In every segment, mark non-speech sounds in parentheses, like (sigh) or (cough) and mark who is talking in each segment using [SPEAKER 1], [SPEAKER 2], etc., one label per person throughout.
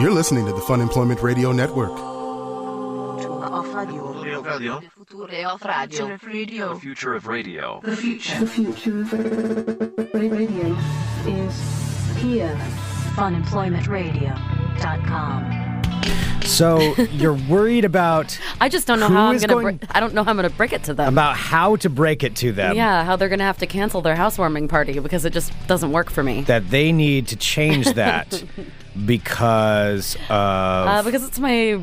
[SPEAKER 1] You're listening to the Fun Employment Radio Network.
[SPEAKER 2] Off radio.
[SPEAKER 3] Radio.
[SPEAKER 2] Future off radio.
[SPEAKER 3] The future of radio.
[SPEAKER 4] The future of radio is here.
[SPEAKER 5] Funemploymentradio.com.
[SPEAKER 6] So you're worried about
[SPEAKER 5] I just don't know
[SPEAKER 6] Who
[SPEAKER 5] how I'm
[SPEAKER 6] is
[SPEAKER 5] gonna.
[SPEAKER 6] going-
[SPEAKER 5] br- I don't know how I'm gonna break it to them.
[SPEAKER 6] about how to break it to them
[SPEAKER 5] yeah, how they're gonna have to cancel their housewarming party because it just doesn't work for me.
[SPEAKER 6] that they need to change
[SPEAKER 5] (laughs)
[SPEAKER 6] that because of
[SPEAKER 5] Uh, because it's my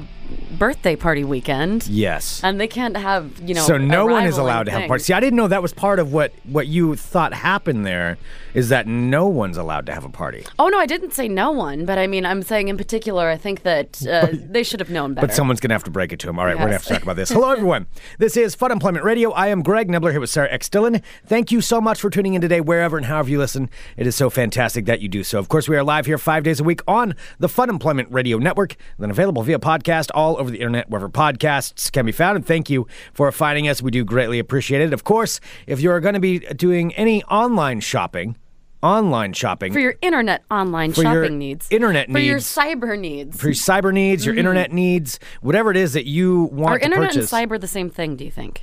[SPEAKER 5] birthday party weekend,
[SPEAKER 6] yes.
[SPEAKER 5] and they can't have you know.
[SPEAKER 6] so
[SPEAKER 5] a
[SPEAKER 6] no one is
[SPEAKER 5] rivaling
[SPEAKER 6] allowed to have
[SPEAKER 5] thing.
[SPEAKER 6] parties. See, I didn't know that was part of what what you thought happened there is that no one's allowed to have a party.
[SPEAKER 5] Oh no, I didn't say no one, but I mean, I'm saying in particular, I
[SPEAKER 6] (laughs)
[SPEAKER 5] think that uh, they should have known better.
[SPEAKER 6] But someone's going to have to break it to him. All right, we're going to have to
[SPEAKER 5] Yes.
[SPEAKER 6] talk about this. Hello, everyone. This is Fun Employment Radio. I am Greg Nibbler here with Sarah X. Dillon. Thank you so much for tuning in today, wherever and however you listen. It is so fantastic that you do so. Of course, we are live here five days a week on the Fun Employment Radio Network, then available via podcast all over the internet, wherever podcasts can be found. And thank you for finding us. We do greatly appreciate it. Of course, if you're going to be doing any online shopping, online shopping,
[SPEAKER 5] for your internet online
[SPEAKER 6] For your
[SPEAKER 5] shopping needs,
[SPEAKER 6] internet
[SPEAKER 5] for your
[SPEAKER 6] needs.
[SPEAKER 5] cyber needs.
[SPEAKER 6] for your cyber needs, your internet needs, whatever it is that you want to
[SPEAKER 5] Are Mm-hmm. internet
[SPEAKER 6] purchase.
[SPEAKER 5] and cyber the same thing? Do you think?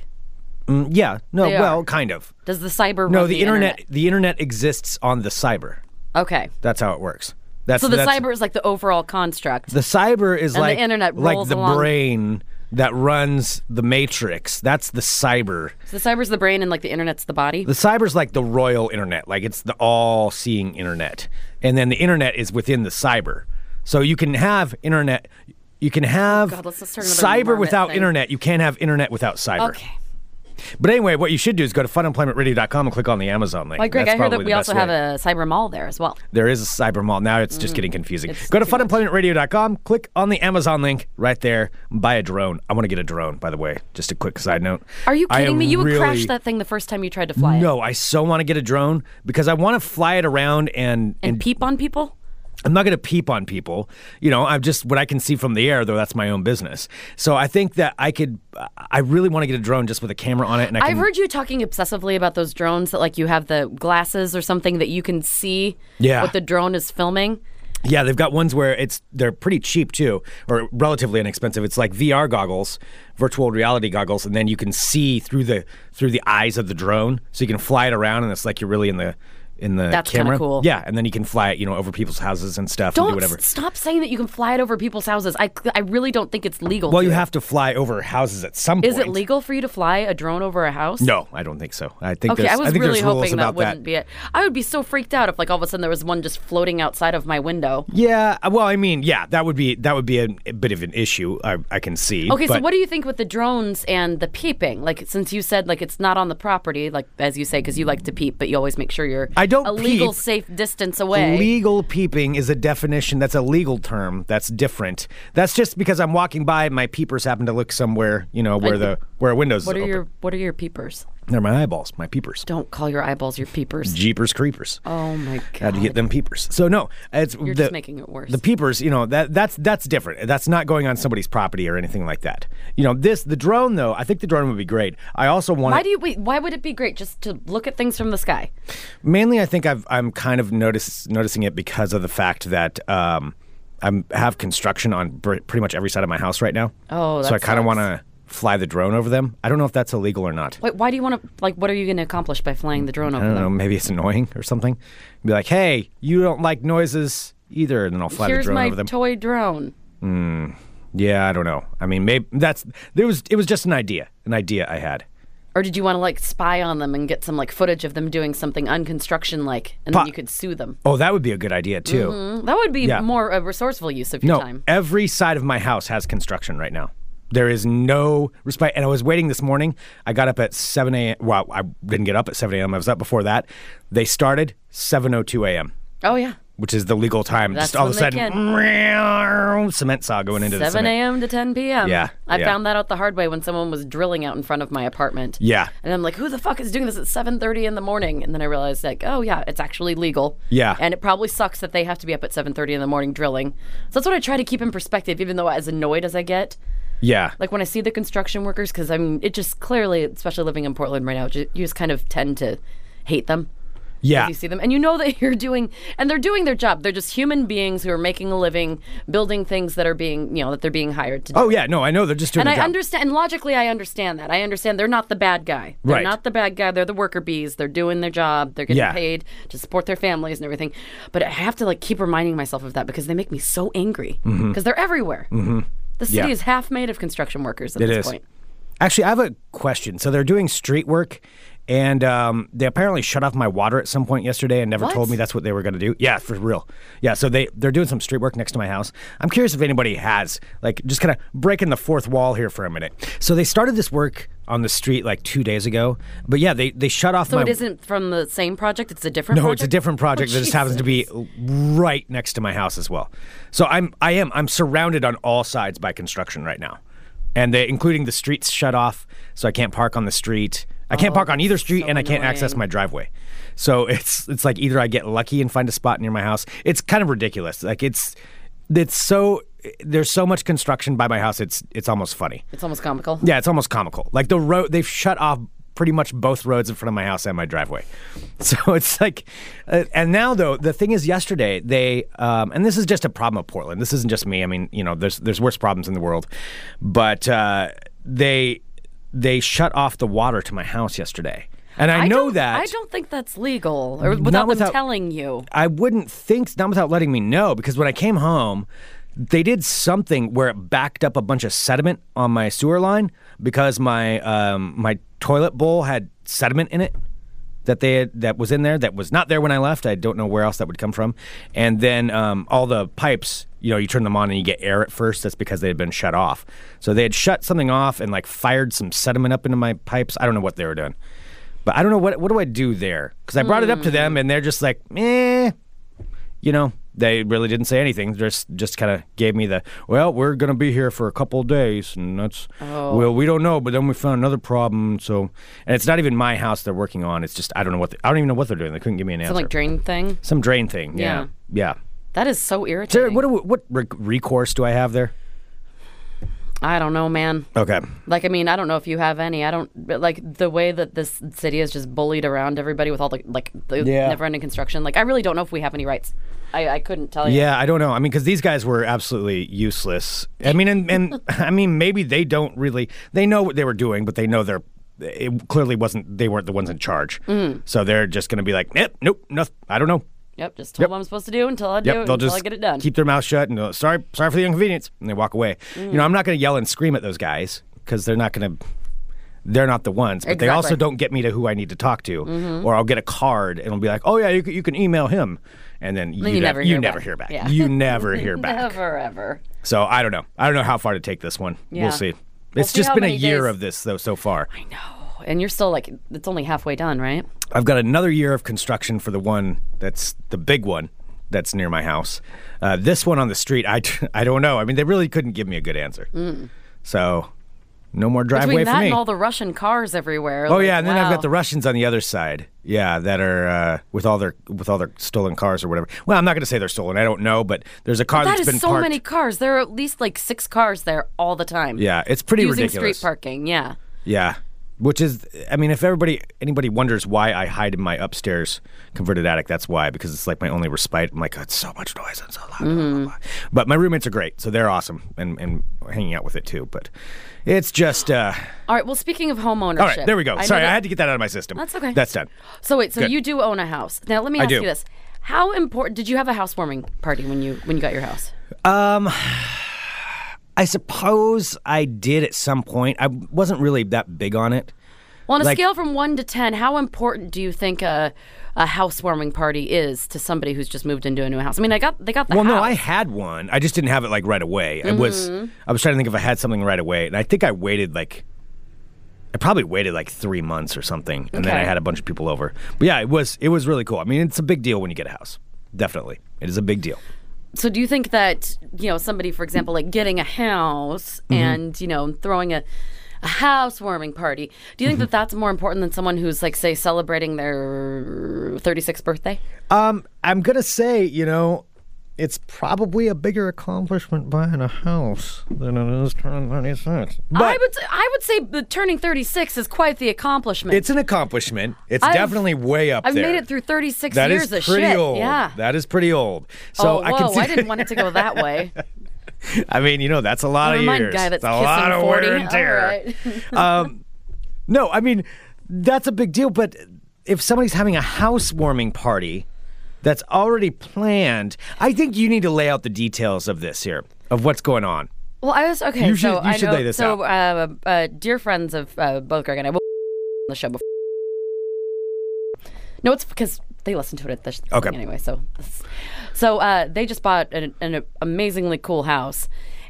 [SPEAKER 6] Yeah. No.
[SPEAKER 5] They
[SPEAKER 6] Well,
[SPEAKER 5] are.
[SPEAKER 6] kind of.
[SPEAKER 5] Does the cyber
[SPEAKER 6] No,
[SPEAKER 5] run
[SPEAKER 6] the, internet, The internet exists on the cyber.
[SPEAKER 5] Okay,
[SPEAKER 6] That's how it works. That's
[SPEAKER 5] so the
[SPEAKER 6] that's-
[SPEAKER 5] cyber is like the overall construct.
[SPEAKER 6] The cyber is
[SPEAKER 5] And the
[SPEAKER 6] like
[SPEAKER 5] internet
[SPEAKER 6] like
[SPEAKER 5] rolls
[SPEAKER 6] the
[SPEAKER 5] along.
[SPEAKER 6] brain that runs the matrix. That's the cyber.
[SPEAKER 5] So the cyber's the brain, and like the internet's the body.
[SPEAKER 6] The cyber's like the royal internet. Like it's the all-seeing internet, and then the internet is within the cyber. So you can have internet. You can have
[SPEAKER 5] God, let's- let's start another
[SPEAKER 6] cyber
[SPEAKER 5] marmot
[SPEAKER 6] without
[SPEAKER 5] thing.
[SPEAKER 6] internet. You can't have internet without cyber.
[SPEAKER 5] okay.
[SPEAKER 6] But anyway, what you should do is go to funemploymentradio.com and click on the Amazon link.
[SPEAKER 5] Like Greg,
[SPEAKER 6] That's
[SPEAKER 5] I heard
[SPEAKER 6] probably
[SPEAKER 5] that
[SPEAKER 6] the
[SPEAKER 5] we
[SPEAKER 6] best
[SPEAKER 5] also have
[SPEAKER 6] way.
[SPEAKER 5] a cyber mall there as well.
[SPEAKER 6] There is a cyber mall. Now it's just getting confusing.
[SPEAKER 5] Mm. It's
[SPEAKER 6] Go to
[SPEAKER 5] too much.
[SPEAKER 6] funemploymentradio.com, click on the Amazon link right there, buy a drone. I want to get a drone, by the way. Just a quick side note.
[SPEAKER 5] Are you
[SPEAKER 6] I
[SPEAKER 5] kidding me? You would
[SPEAKER 6] really-
[SPEAKER 5] crash that thing the first time you tried to fly it
[SPEAKER 6] No, I so want to get a drone because I want to fly it around and,
[SPEAKER 5] and peep on people.
[SPEAKER 6] I'm not going to peep on people. You know, I'm just what I can see from the air, though that's my own business. So I think that I could, I really want to get a drone just with a camera on it. And I can,
[SPEAKER 5] I've heard you talking obsessively about those drones that like you have the glasses or something that you can see
[SPEAKER 6] Yeah.
[SPEAKER 5] what the drone is filming.
[SPEAKER 6] Yeah, they've got ones where it's they're pretty cheap too, or relatively inexpensive. It's like VR goggles, virtual reality goggles, and then you can see through the through the eyes of the drone, so you can fly it around, and it's like you're really in the in the
[SPEAKER 5] That's kinda
[SPEAKER 6] camera.
[SPEAKER 5] cool.
[SPEAKER 6] Yeah, and then you can fly it, you know, over people's houses and stuff,
[SPEAKER 5] Don't
[SPEAKER 6] and do whatever.
[SPEAKER 5] s- stop saying that you can fly it over people's houses. I, I really don't think it's legal.
[SPEAKER 6] well,
[SPEAKER 5] to.
[SPEAKER 6] you have to fly over houses at some point.
[SPEAKER 5] Is it legal for you to fly a drone over a house?
[SPEAKER 6] No, I don't think so. I think
[SPEAKER 5] Okay,
[SPEAKER 6] there's,
[SPEAKER 5] I was
[SPEAKER 6] think
[SPEAKER 5] really
[SPEAKER 6] there's rules
[SPEAKER 5] hoping that
[SPEAKER 6] about
[SPEAKER 5] wouldn't be it. I would be so freaked out if, like, all of a sudden there was one just floating outside of my window.
[SPEAKER 6] Yeah, well, I mean, yeah, that would be that would be a, a bit of an issue. I, I can see.
[SPEAKER 5] Okay, so
[SPEAKER 6] but-
[SPEAKER 5] what do you think with the drones and the peeping? Like, since you said like it's not on the property, like as you say, because you like to peep, but you always make sure you're
[SPEAKER 6] I don't
[SPEAKER 5] a legal
[SPEAKER 6] peep.
[SPEAKER 5] safe distance away.
[SPEAKER 6] Legal peeping is a definition that's a legal term that's different. That's just because I'm walking by and my peepers happen to look somewhere, you know, where the where a windows
[SPEAKER 5] what are
[SPEAKER 6] open.
[SPEAKER 5] your What are your peepers?
[SPEAKER 6] They're my eyeballs, my peepers.
[SPEAKER 5] Don't call your eyeballs your peepers.
[SPEAKER 6] Jeepers creepers.
[SPEAKER 5] Oh my
[SPEAKER 6] How
[SPEAKER 5] god!
[SPEAKER 6] to get them peepers. So no, it's
[SPEAKER 5] You're just making it worse.
[SPEAKER 6] The peepers, you know, that that's that's different. That's not going on somebody's property or anything like that. You know, this the drone though, I think the drone would be great. I also want
[SPEAKER 5] why do you? Wait, why would it be great just to look at things from the sky?
[SPEAKER 6] Mainly, I think I've, I'm kind of notice, noticing it because of the fact that um, I have construction on br- pretty much every side of my house right now.
[SPEAKER 5] Oh,
[SPEAKER 6] so
[SPEAKER 5] that
[SPEAKER 6] I kind of
[SPEAKER 5] sucks.
[SPEAKER 6] want to fly the drone over them. I don't know if that's illegal or not.
[SPEAKER 5] Wait, why do you want to? Like, what are you going to accomplish by flying the drone
[SPEAKER 6] I
[SPEAKER 5] over
[SPEAKER 6] don't know.
[SPEAKER 5] them?
[SPEAKER 6] Maybe it's annoying or something. Be like, hey, you don't like noises either, and then I'll fly
[SPEAKER 5] Here's
[SPEAKER 6] the drone
[SPEAKER 5] my
[SPEAKER 6] over them.
[SPEAKER 5] toy drone.
[SPEAKER 6] yeah, I don't know. I mean, maybe that's there was it was just an idea, an idea I had.
[SPEAKER 5] Or did you want to like spy on them and get some like footage of them doing something unconstruction like, and
[SPEAKER 6] Pa-
[SPEAKER 5] then you could sue them?
[SPEAKER 6] Oh, that would be a good idea too.
[SPEAKER 5] That would be
[SPEAKER 6] Yeah.
[SPEAKER 5] more a resourceful use of your
[SPEAKER 6] No,
[SPEAKER 5] time.
[SPEAKER 6] every side of my house has construction right now. There is no respite. And I was waiting this morning. I got up at 7 a.m. Well, I didn't get up at 7 a.m. I was up before that. They started 7.02 a.m.,
[SPEAKER 5] Oh yeah,
[SPEAKER 6] which is the legal time.
[SPEAKER 5] That's
[SPEAKER 6] Just all of a
[SPEAKER 5] when they
[SPEAKER 6] sudden, cement saw going into the
[SPEAKER 5] seven
[SPEAKER 6] cement.
[SPEAKER 5] a.m. to ten p.m.
[SPEAKER 6] Yeah,
[SPEAKER 5] I
[SPEAKER 6] yeah.
[SPEAKER 5] found that out the hard way when someone was drilling out in front of my apartment.
[SPEAKER 6] Yeah.
[SPEAKER 5] and I'm like, who the fuck is doing this at seven thirty in the morning? And then I realized like, oh yeah, it's actually legal.
[SPEAKER 6] Yeah.
[SPEAKER 5] and it probably sucks that they have to be up at seven thirty in the morning drilling. So that's what I try to keep in perspective, even though as annoyed as I get.
[SPEAKER 6] Yeah.
[SPEAKER 5] Like when I see the construction workers, because I mean, it just clearly, especially living in Portland right now, ju- you just kind of tend to hate them.
[SPEAKER 6] Yeah.
[SPEAKER 5] if you see them, and you know that (laughs) you're doing, and they're doing their job. They're just human beings who are making a living, building things that are being, you know, that they're being hired to do.
[SPEAKER 6] Oh yeah, no, I know they're just doing.
[SPEAKER 5] and
[SPEAKER 6] their
[SPEAKER 5] I
[SPEAKER 6] job.
[SPEAKER 5] understand, and logically, I understand that. I understand they're not the bad guy. They're
[SPEAKER 6] Right.
[SPEAKER 5] not the bad guy. They're the worker bees. They're doing their job. They're getting
[SPEAKER 6] Yeah.
[SPEAKER 5] paid to support their families and everything. But I have to like keep reminding myself of that because they make me so angry because they're everywhere. Mm-hmm. The city
[SPEAKER 6] Yeah.
[SPEAKER 5] is half made of construction workers at
[SPEAKER 6] It
[SPEAKER 5] this
[SPEAKER 6] is.
[SPEAKER 5] point.
[SPEAKER 6] Actually, I have a question. So they're doing street work, and um, they apparently shut off my water at some point yesterday and never
[SPEAKER 5] What?
[SPEAKER 6] told me that's what they were going to do. Yeah, for real. Yeah, so they they're doing some street work next to my house. I'm curious if anybody has like just kind of breaking the fourth wall here for a minute. So they started this work on the street like two days ago, but yeah, they they shut off
[SPEAKER 5] So
[SPEAKER 6] my.
[SPEAKER 5] it isn't from the same project. It's a different.
[SPEAKER 6] No,
[SPEAKER 5] project?
[SPEAKER 6] it's a different project
[SPEAKER 5] Oh,
[SPEAKER 6] that just happens to be
[SPEAKER 5] Jesus.
[SPEAKER 6] right next to my house as well. So I'm I am I'm surrounded on all sides by construction right now. And they including the streets shut off, so I can't park on the street. I can't park on either street
[SPEAKER 5] Oh, so
[SPEAKER 6] and I can't access
[SPEAKER 5] annoying.
[SPEAKER 6] my driveway. So (laughs) it's it's like either I get lucky and find a spot near my house. It's kind of ridiculous. Like it's it's so there's so much construction by my house. It's it's almost funny.
[SPEAKER 5] It's almost comical.
[SPEAKER 6] Yeah, it's almost comical. Like the road, they've shut off pretty much both roads in front of my house and my driveway. (laughs) So it's like, uh, and now though, the thing is, yesterday they, um, and this is just a problem of Portland. This isn't just me. I mean, you know, there's there's worse problems in the world, but uh, they they shut off the water to my house yesterday, and I, know
[SPEAKER 5] don't-
[SPEAKER 6] that.
[SPEAKER 5] I don't think that's legal, or
[SPEAKER 6] Not
[SPEAKER 5] without
[SPEAKER 6] without-
[SPEAKER 5] them telling you.
[SPEAKER 6] I wouldn't think not without letting me know because when I came home, they did something where it backed up a bunch of sediment on my sewer line because my um, my toilet bowl had sediment in it that they had, that was in there that was not there when I left. I don't know where else that would come from. And then um, all the pipes, you know, you turn them on and you get air at first. That's because they had been shut off. So they had shut something off and like fired some sediment up into my pipes. I don't know what they were doing. But I don't know what what do I do there because I brought it up to them and they're just like, eh, you know, they really didn't say anything. Just just kind of gave me the well, we're gonna be here for a couple of days, and that's
[SPEAKER 5] Oh.
[SPEAKER 6] well, we don't know. But then we found another problem, so and it's not even my house they're working on. It's just I don't know what they, I don't even know what they're doing. They couldn't give me an answer.
[SPEAKER 5] Some like drain thing.
[SPEAKER 6] Some drain thing, yeah, yeah.
[SPEAKER 5] That is so
[SPEAKER 6] Sarah,
[SPEAKER 5] irritating.
[SPEAKER 6] what do, we- what re- recourse do I have there?
[SPEAKER 5] I don't know, man.
[SPEAKER 6] Okay,
[SPEAKER 5] Like, I mean, I don't know if you have any. I don't but, like the way that this city is just bullied around everybody with all the like the
[SPEAKER 6] Yeah.
[SPEAKER 5] never-ending construction. Like, I really don't know if we have any rights. I, I couldn't tell you.
[SPEAKER 6] yeah, I don't know. I mean, because these guys were absolutely useless. I mean, and, and I mean, maybe they don't really. They know what they were doing, but they know they're. It clearly wasn't. They weren't the ones in charge. So they're just going to be like, nope, nope, nothing. I don't know.
[SPEAKER 5] Yep. Just told what I'm supposed to do until I do
[SPEAKER 6] Yep,
[SPEAKER 5] it,
[SPEAKER 6] they'll
[SPEAKER 5] until
[SPEAKER 6] just
[SPEAKER 5] I get it done.
[SPEAKER 6] keep their mouth shut and uh, sorry, sorry for the inconvenience, and they walk away. You know, I'm not going to yell and scream at those guys because they're not going to. They're not the ones, but they also
[SPEAKER 5] Exactly. Mm-hmm.
[SPEAKER 6] don't get me to who I need to talk to, or I'll get a card and it'll be like, "Oh yeah, you, c- you can email him," and then you,
[SPEAKER 5] you
[SPEAKER 6] ne-
[SPEAKER 5] never
[SPEAKER 6] you
[SPEAKER 5] hear
[SPEAKER 6] never
[SPEAKER 5] back.
[SPEAKER 6] hear back.
[SPEAKER 5] Yeah. (laughs)
[SPEAKER 6] You never hear back.
[SPEAKER 5] Never ever.
[SPEAKER 6] So I don't know. I don't know how far to take this one.
[SPEAKER 5] Yeah.
[SPEAKER 6] We'll see. It's
[SPEAKER 5] see
[SPEAKER 6] just
[SPEAKER 5] how
[SPEAKER 6] been a
[SPEAKER 5] many
[SPEAKER 6] year
[SPEAKER 5] days-
[SPEAKER 6] of this though so far. I know.
[SPEAKER 5] And you're still like it's only halfway done, right?
[SPEAKER 6] I've got another year of construction for the one that's the big one that's near my house. Uh, this one on the street, I, (laughs) I don't know. I mean, they really couldn't give me a good answer. So no more driveway
[SPEAKER 5] Between
[SPEAKER 6] for
[SPEAKER 5] that
[SPEAKER 6] me.
[SPEAKER 5] and all the Russian cars everywhere.
[SPEAKER 6] oh yeah, and then I've got the Russians on the other side. Yeah, that are uh, with all their with all their stolen cars or whatever. Well, I'm not going to say they're stolen. I don't know, but there's a car
[SPEAKER 5] That
[SPEAKER 6] has
[SPEAKER 5] is
[SPEAKER 6] been
[SPEAKER 5] so
[SPEAKER 6] parked.
[SPEAKER 5] many cars. There are at least like six cars there all the time.
[SPEAKER 6] Yeah, it's pretty
[SPEAKER 5] using
[SPEAKER 6] ridiculous.
[SPEAKER 5] street parking. Yeah.
[SPEAKER 6] Yeah. Which is, I mean, if everybody anybody wonders why I hide in my upstairs converted attic, that's why because it's like my only respite. I'm like, oh, it's so much noise and so loud. blah, blah,
[SPEAKER 5] Mm-hmm.
[SPEAKER 6] blah." But my roommates are great, so they're awesome and and hanging out with it too. But it's just, uh,
[SPEAKER 5] All right. Well, speaking of homeownership,
[SPEAKER 6] all right, there we go.
[SPEAKER 5] know
[SPEAKER 6] Sorry, I
[SPEAKER 5] that-
[SPEAKER 6] had to get that out of my system.
[SPEAKER 5] That's okay.
[SPEAKER 6] That's done.
[SPEAKER 5] So wait, so
[SPEAKER 6] Good.
[SPEAKER 5] you do own a house. Now let me
[SPEAKER 6] I
[SPEAKER 5] ask
[SPEAKER 6] do.
[SPEAKER 5] you this. How important did you have a housewarming party when you when you got your house?
[SPEAKER 6] I suppose I did at some point. I wasn't really that big on it.
[SPEAKER 5] Well, on a
[SPEAKER 6] Like-
[SPEAKER 5] scale from 1 to 10, how important do you think a a housewarming party is to somebody who's just moved into a new house? I mean, I got they got the
[SPEAKER 6] Well,
[SPEAKER 5] house. Mm-hmm.
[SPEAKER 6] no, I had one. I just didn't have it like right away. It was I was trying to think if I had something right away, and I think I waited like I probably waited like three months or something, and then I
[SPEAKER 5] Okay.
[SPEAKER 6] had a bunch of people over. But yeah, it was it was really cool. I mean, it's a big deal when you get a house. Definitely, it is a big deal.
[SPEAKER 5] So do you think that, you know, somebody for example like getting a house
[SPEAKER 6] Mm-hmm.
[SPEAKER 5] and, you know, throwing a a housewarming party. Do you think
[SPEAKER 6] Mm-hmm.
[SPEAKER 5] that that's more important than someone who's like say celebrating their 36th birthday?
[SPEAKER 6] Um, I'm gonna say, you know, it's probably a bigger accomplishment buying a house than it is turning 36. But
[SPEAKER 5] I would say- I would say the turning 36 is quite the accomplishment.
[SPEAKER 6] it's an accomplishment. It's
[SPEAKER 5] I've-
[SPEAKER 6] definitely way up
[SPEAKER 5] I've
[SPEAKER 6] there.
[SPEAKER 5] made it through 36
[SPEAKER 6] That
[SPEAKER 5] years
[SPEAKER 6] is
[SPEAKER 5] of
[SPEAKER 6] pretty
[SPEAKER 5] shit.
[SPEAKER 6] old.
[SPEAKER 5] Yeah.
[SPEAKER 6] That is pretty old. So
[SPEAKER 5] oh,
[SPEAKER 6] I can
[SPEAKER 5] whoa,
[SPEAKER 6] see. (laughs)
[SPEAKER 5] I didn't want it to go that way.
[SPEAKER 6] I mean, you know, that's (laughs) a lot
[SPEAKER 5] Never
[SPEAKER 6] of
[SPEAKER 5] mind,
[SPEAKER 6] years.
[SPEAKER 5] guy
[SPEAKER 6] It's
[SPEAKER 5] that's
[SPEAKER 6] a
[SPEAKER 5] kissing
[SPEAKER 6] lot of
[SPEAKER 5] 40.
[SPEAKER 6] wear and
[SPEAKER 5] All
[SPEAKER 6] tear.
[SPEAKER 5] right.
[SPEAKER 6] um, no, I mean, that's a big deal. But if somebody's having a housewarming party that's already planned, I think you need to lay out the details of this here, of what's going on.
[SPEAKER 5] Well, I was okay.
[SPEAKER 6] You should-
[SPEAKER 5] so
[SPEAKER 6] you
[SPEAKER 5] I
[SPEAKER 6] should
[SPEAKER 5] know,
[SPEAKER 6] lay this
[SPEAKER 5] so, Uh, uh, dear friends of uh, both Greg and I, well, (laughs) on the show before. No, it's because they listen to it at the sh-
[SPEAKER 6] Okay.
[SPEAKER 5] anyway. So, so uh, they just bought an, an amazingly cool house,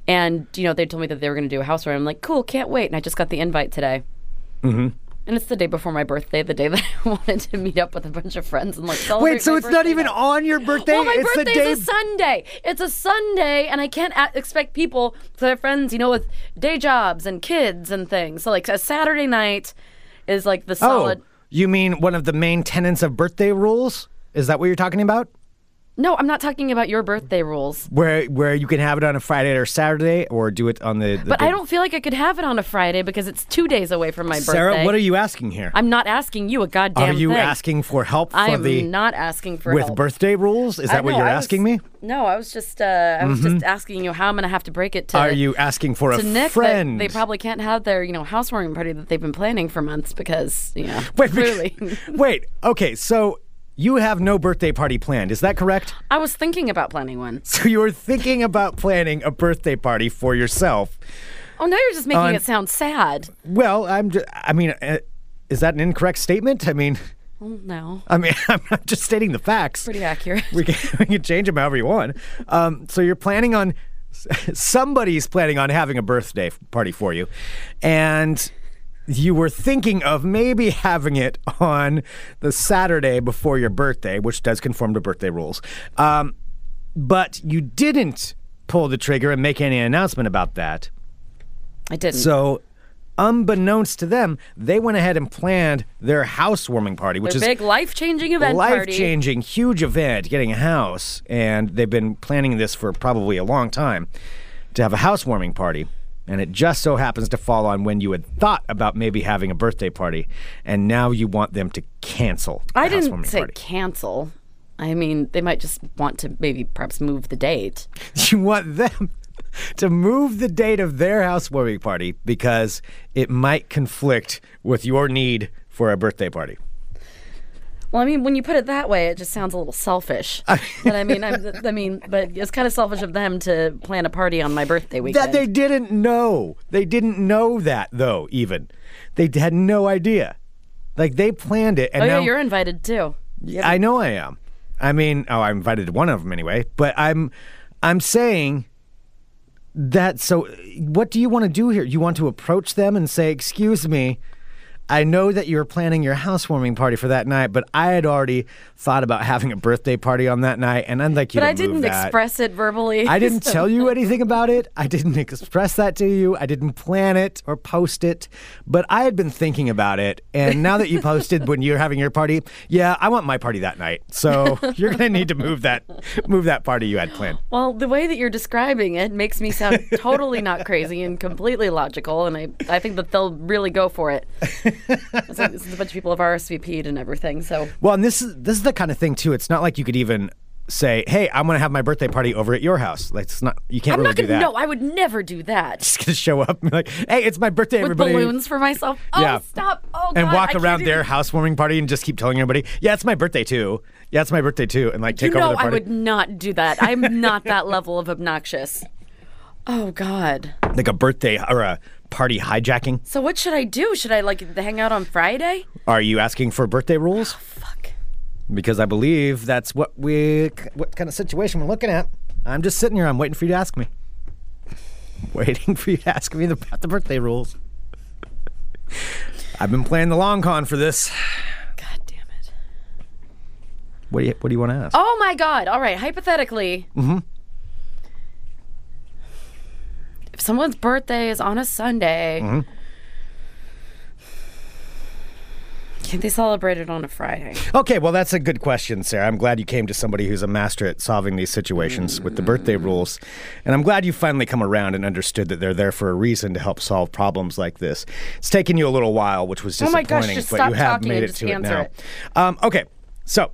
[SPEAKER 5] and you know they told me that they were going to do a house where I'm like, cool, can't wait. And I just got the invite today. Mm-hmm. And it's the day before my birthday, the day (laughs) that I wanted to meet up with a bunch of friends and like celebrate.
[SPEAKER 6] Wait, so
[SPEAKER 5] my
[SPEAKER 6] it's not
[SPEAKER 5] birthday
[SPEAKER 6] even
[SPEAKER 5] night.
[SPEAKER 6] on your birthday?
[SPEAKER 5] Well, my
[SPEAKER 6] it's the
[SPEAKER 5] birthday's
[SPEAKER 6] day.
[SPEAKER 5] a Sunday. It's a Sunday, and I can't a- expect people to their friends, you know, with day jobs and kids and things. So, like, a Saturday night is like the
[SPEAKER 6] oh,
[SPEAKER 5] solid.
[SPEAKER 6] you mean one of the main tenets of birthday rules? Is that what you're talking about?
[SPEAKER 5] No, I'm not talking about your birthday rules.
[SPEAKER 6] Where where you can have it on a Friday or Saturday, or do it on the. the
[SPEAKER 5] But
[SPEAKER 6] big-
[SPEAKER 5] I don't feel like I could have it on a Friday because it's two days away from my
[SPEAKER 6] Sarah,
[SPEAKER 5] birthday.
[SPEAKER 6] what are you asking here?
[SPEAKER 5] I'm not asking you a goddamn
[SPEAKER 6] are you
[SPEAKER 5] thing.
[SPEAKER 6] asking for help for
[SPEAKER 5] I am
[SPEAKER 6] the
[SPEAKER 5] not asking for
[SPEAKER 6] with
[SPEAKER 5] help.
[SPEAKER 6] birthday rules? Is
[SPEAKER 5] I
[SPEAKER 6] that what
[SPEAKER 5] know,
[SPEAKER 6] you're
[SPEAKER 5] I was-
[SPEAKER 6] asking me? Mm-hmm.
[SPEAKER 5] No, I was just uh, I was just asking you how I'm gonna have to break it to
[SPEAKER 6] Are you asking for a
[SPEAKER 5] to Nick
[SPEAKER 6] friend?
[SPEAKER 5] that they probably can't have their you know housewarming party that they've been planning for months because you know
[SPEAKER 6] (laughs) wait,
[SPEAKER 5] clearly.
[SPEAKER 6] (laughs) wait. Okay, so you have no birthday party planned. Is that correct?
[SPEAKER 5] (laughs) I was thinking about planning one.
[SPEAKER 6] So you were thinking about planning a birthday party for yourself.
[SPEAKER 5] Oh, now you're just making
[SPEAKER 6] On-
[SPEAKER 5] it sound sad.
[SPEAKER 6] Well, I'm. Just, I mean, uh, is that an incorrect statement? I mean, (laughs)
[SPEAKER 5] Well, no,
[SPEAKER 6] I mean, (laughs) I'm not just stating the facts.
[SPEAKER 5] pretty accurate.
[SPEAKER 6] we can, (laughs) we can change them however you want. Um, so you're planning on somebody's planning on having a birthday f- party for you, and you were thinking of maybe having it on the Saturday before your birthday, which does conform to birthday rules. Um, but you didn't pull the trigger and make any announcement about that.
[SPEAKER 5] I didn't.
[SPEAKER 6] So. Unbeknownst to them, they went ahead and planned their housewarming party, which
[SPEAKER 5] Their
[SPEAKER 6] is
[SPEAKER 5] big life-changing event
[SPEAKER 6] life
[SPEAKER 5] party.
[SPEAKER 6] changing, huge event, getting a house, and they've been planning this for probably a long time to have a housewarming party. And it just so happens to fall on when you had thought about maybe having a birthday party, and now you want them to cancel. The
[SPEAKER 5] I didn't
[SPEAKER 6] housewarming
[SPEAKER 5] say
[SPEAKER 6] party.
[SPEAKER 5] cancel. I mean, they might just want to maybe perhaps move the date.
[SPEAKER 6] (laughs) You want them to move the date of their housewarming party because it might conflict with your need for a birthday party.
[SPEAKER 5] Well, I mean, when you put it that way, it just sounds a little selfish. but I mean, I'm, I mean, but it's kind of selfish of them to plan a party on my birthday weekend.
[SPEAKER 6] That they didn't know. They didn't know that though. Even they had no idea. Like they planned it, and
[SPEAKER 5] oh
[SPEAKER 6] now
[SPEAKER 5] yeah, you're invited too.
[SPEAKER 6] I know I am. I mean, oh, I invited one of them anyway. But I'm, I'm saying that. So, what do you want to do here? You want to approach them and say, "Excuse me." I know that you were planning your housewarming party for that night, but I had already thought about having a birthday party on that night, and I'd like you
[SPEAKER 5] But
[SPEAKER 6] to
[SPEAKER 5] I
[SPEAKER 6] move
[SPEAKER 5] didn't
[SPEAKER 6] that.
[SPEAKER 5] express it verbally. (laughs)
[SPEAKER 6] I didn't
[SPEAKER 5] so-
[SPEAKER 6] tell you anything about it. I didn't express that to you. I didn't plan it or post it. But I had been thinking about it. And now that you posted when you're having your party, yeah, I want my party that night.
[SPEAKER 5] (laughs)
[SPEAKER 6] So you're gonna need to move that move that party you had planned.
[SPEAKER 5] Well, the way that you're describing it makes me sound totally not crazy and completely logical, and I, I think that they'll really go for it. It's like- it's a bunch of people have RSVP'd and everything, so
[SPEAKER 6] Well, and this is this is the kind of thing too. It's not like you could even say, Hey, I'm gonna have my birthday party over at your house. Like it's not you can't
[SPEAKER 5] I'm
[SPEAKER 6] really
[SPEAKER 5] not
[SPEAKER 6] do that.
[SPEAKER 5] gonna. No, I would never do
[SPEAKER 6] (laughs)
[SPEAKER 5] that
[SPEAKER 6] just gonna show up and be like, Hey, it's my birthday,
[SPEAKER 5] with
[SPEAKER 6] everybody.
[SPEAKER 5] balloons for myself. Oh,
[SPEAKER 6] Yeah.
[SPEAKER 5] stop! Oh,
[SPEAKER 6] and
[SPEAKER 5] God, I
[SPEAKER 6] walk
[SPEAKER 5] can't
[SPEAKER 6] around
[SPEAKER 5] even-
[SPEAKER 6] their housewarming party and just keep telling everybody, "Yeah, it's my birthday too. Yeah, it's my birthday too," and like take
[SPEAKER 5] you
[SPEAKER 6] over
[SPEAKER 5] know,
[SPEAKER 6] the party.
[SPEAKER 5] I would not do that. I'm not that level of obnoxious. Oh God!
[SPEAKER 6] like a birthday or a party hijacking.
[SPEAKER 5] So what should I do? Should I like hang out on Friday?
[SPEAKER 6] Are you asking for birthday rules?
[SPEAKER 5] Fuck.
[SPEAKER 6] Because I believe that's what we what kind of situation we're looking at. I'm just sitting here. I'm waiting for you to ask me. (laughs) Waiting for you to ask me about the birthday rules. I've been playing the long con for this.
[SPEAKER 5] God damn it.
[SPEAKER 6] What do you What do you want to ask?
[SPEAKER 5] Oh my God! All right, hypothetically,
[SPEAKER 6] Mm-hmm.
[SPEAKER 5] if someone's
[SPEAKER 6] Mm-hmm.
[SPEAKER 5] birthday is on a Sunday, think they celebrated on a Friday.
[SPEAKER 6] Okay, well, that's a good question, Sarah. I'm glad you came to somebody who's a master at solving these situations with the
[SPEAKER 5] Mm.
[SPEAKER 6] birthday rules. And I'm glad you finally come around and understood that they're there for a reason to help solve problems like this. It's taken you a little while, which was
[SPEAKER 5] Oh my
[SPEAKER 6] disappointing,
[SPEAKER 5] gosh, just
[SPEAKER 6] but
[SPEAKER 5] stop
[SPEAKER 6] you have
[SPEAKER 5] talking
[SPEAKER 6] made
[SPEAKER 5] and
[SPEAKER 6] it
[SPEAKER 5] just
[SPEAKER 6] to it
[SPEAKER 5] answer
[SPEAKER 6] now.
[SPEAKER 5] it.
[SPEAKER 6] Um, okay, so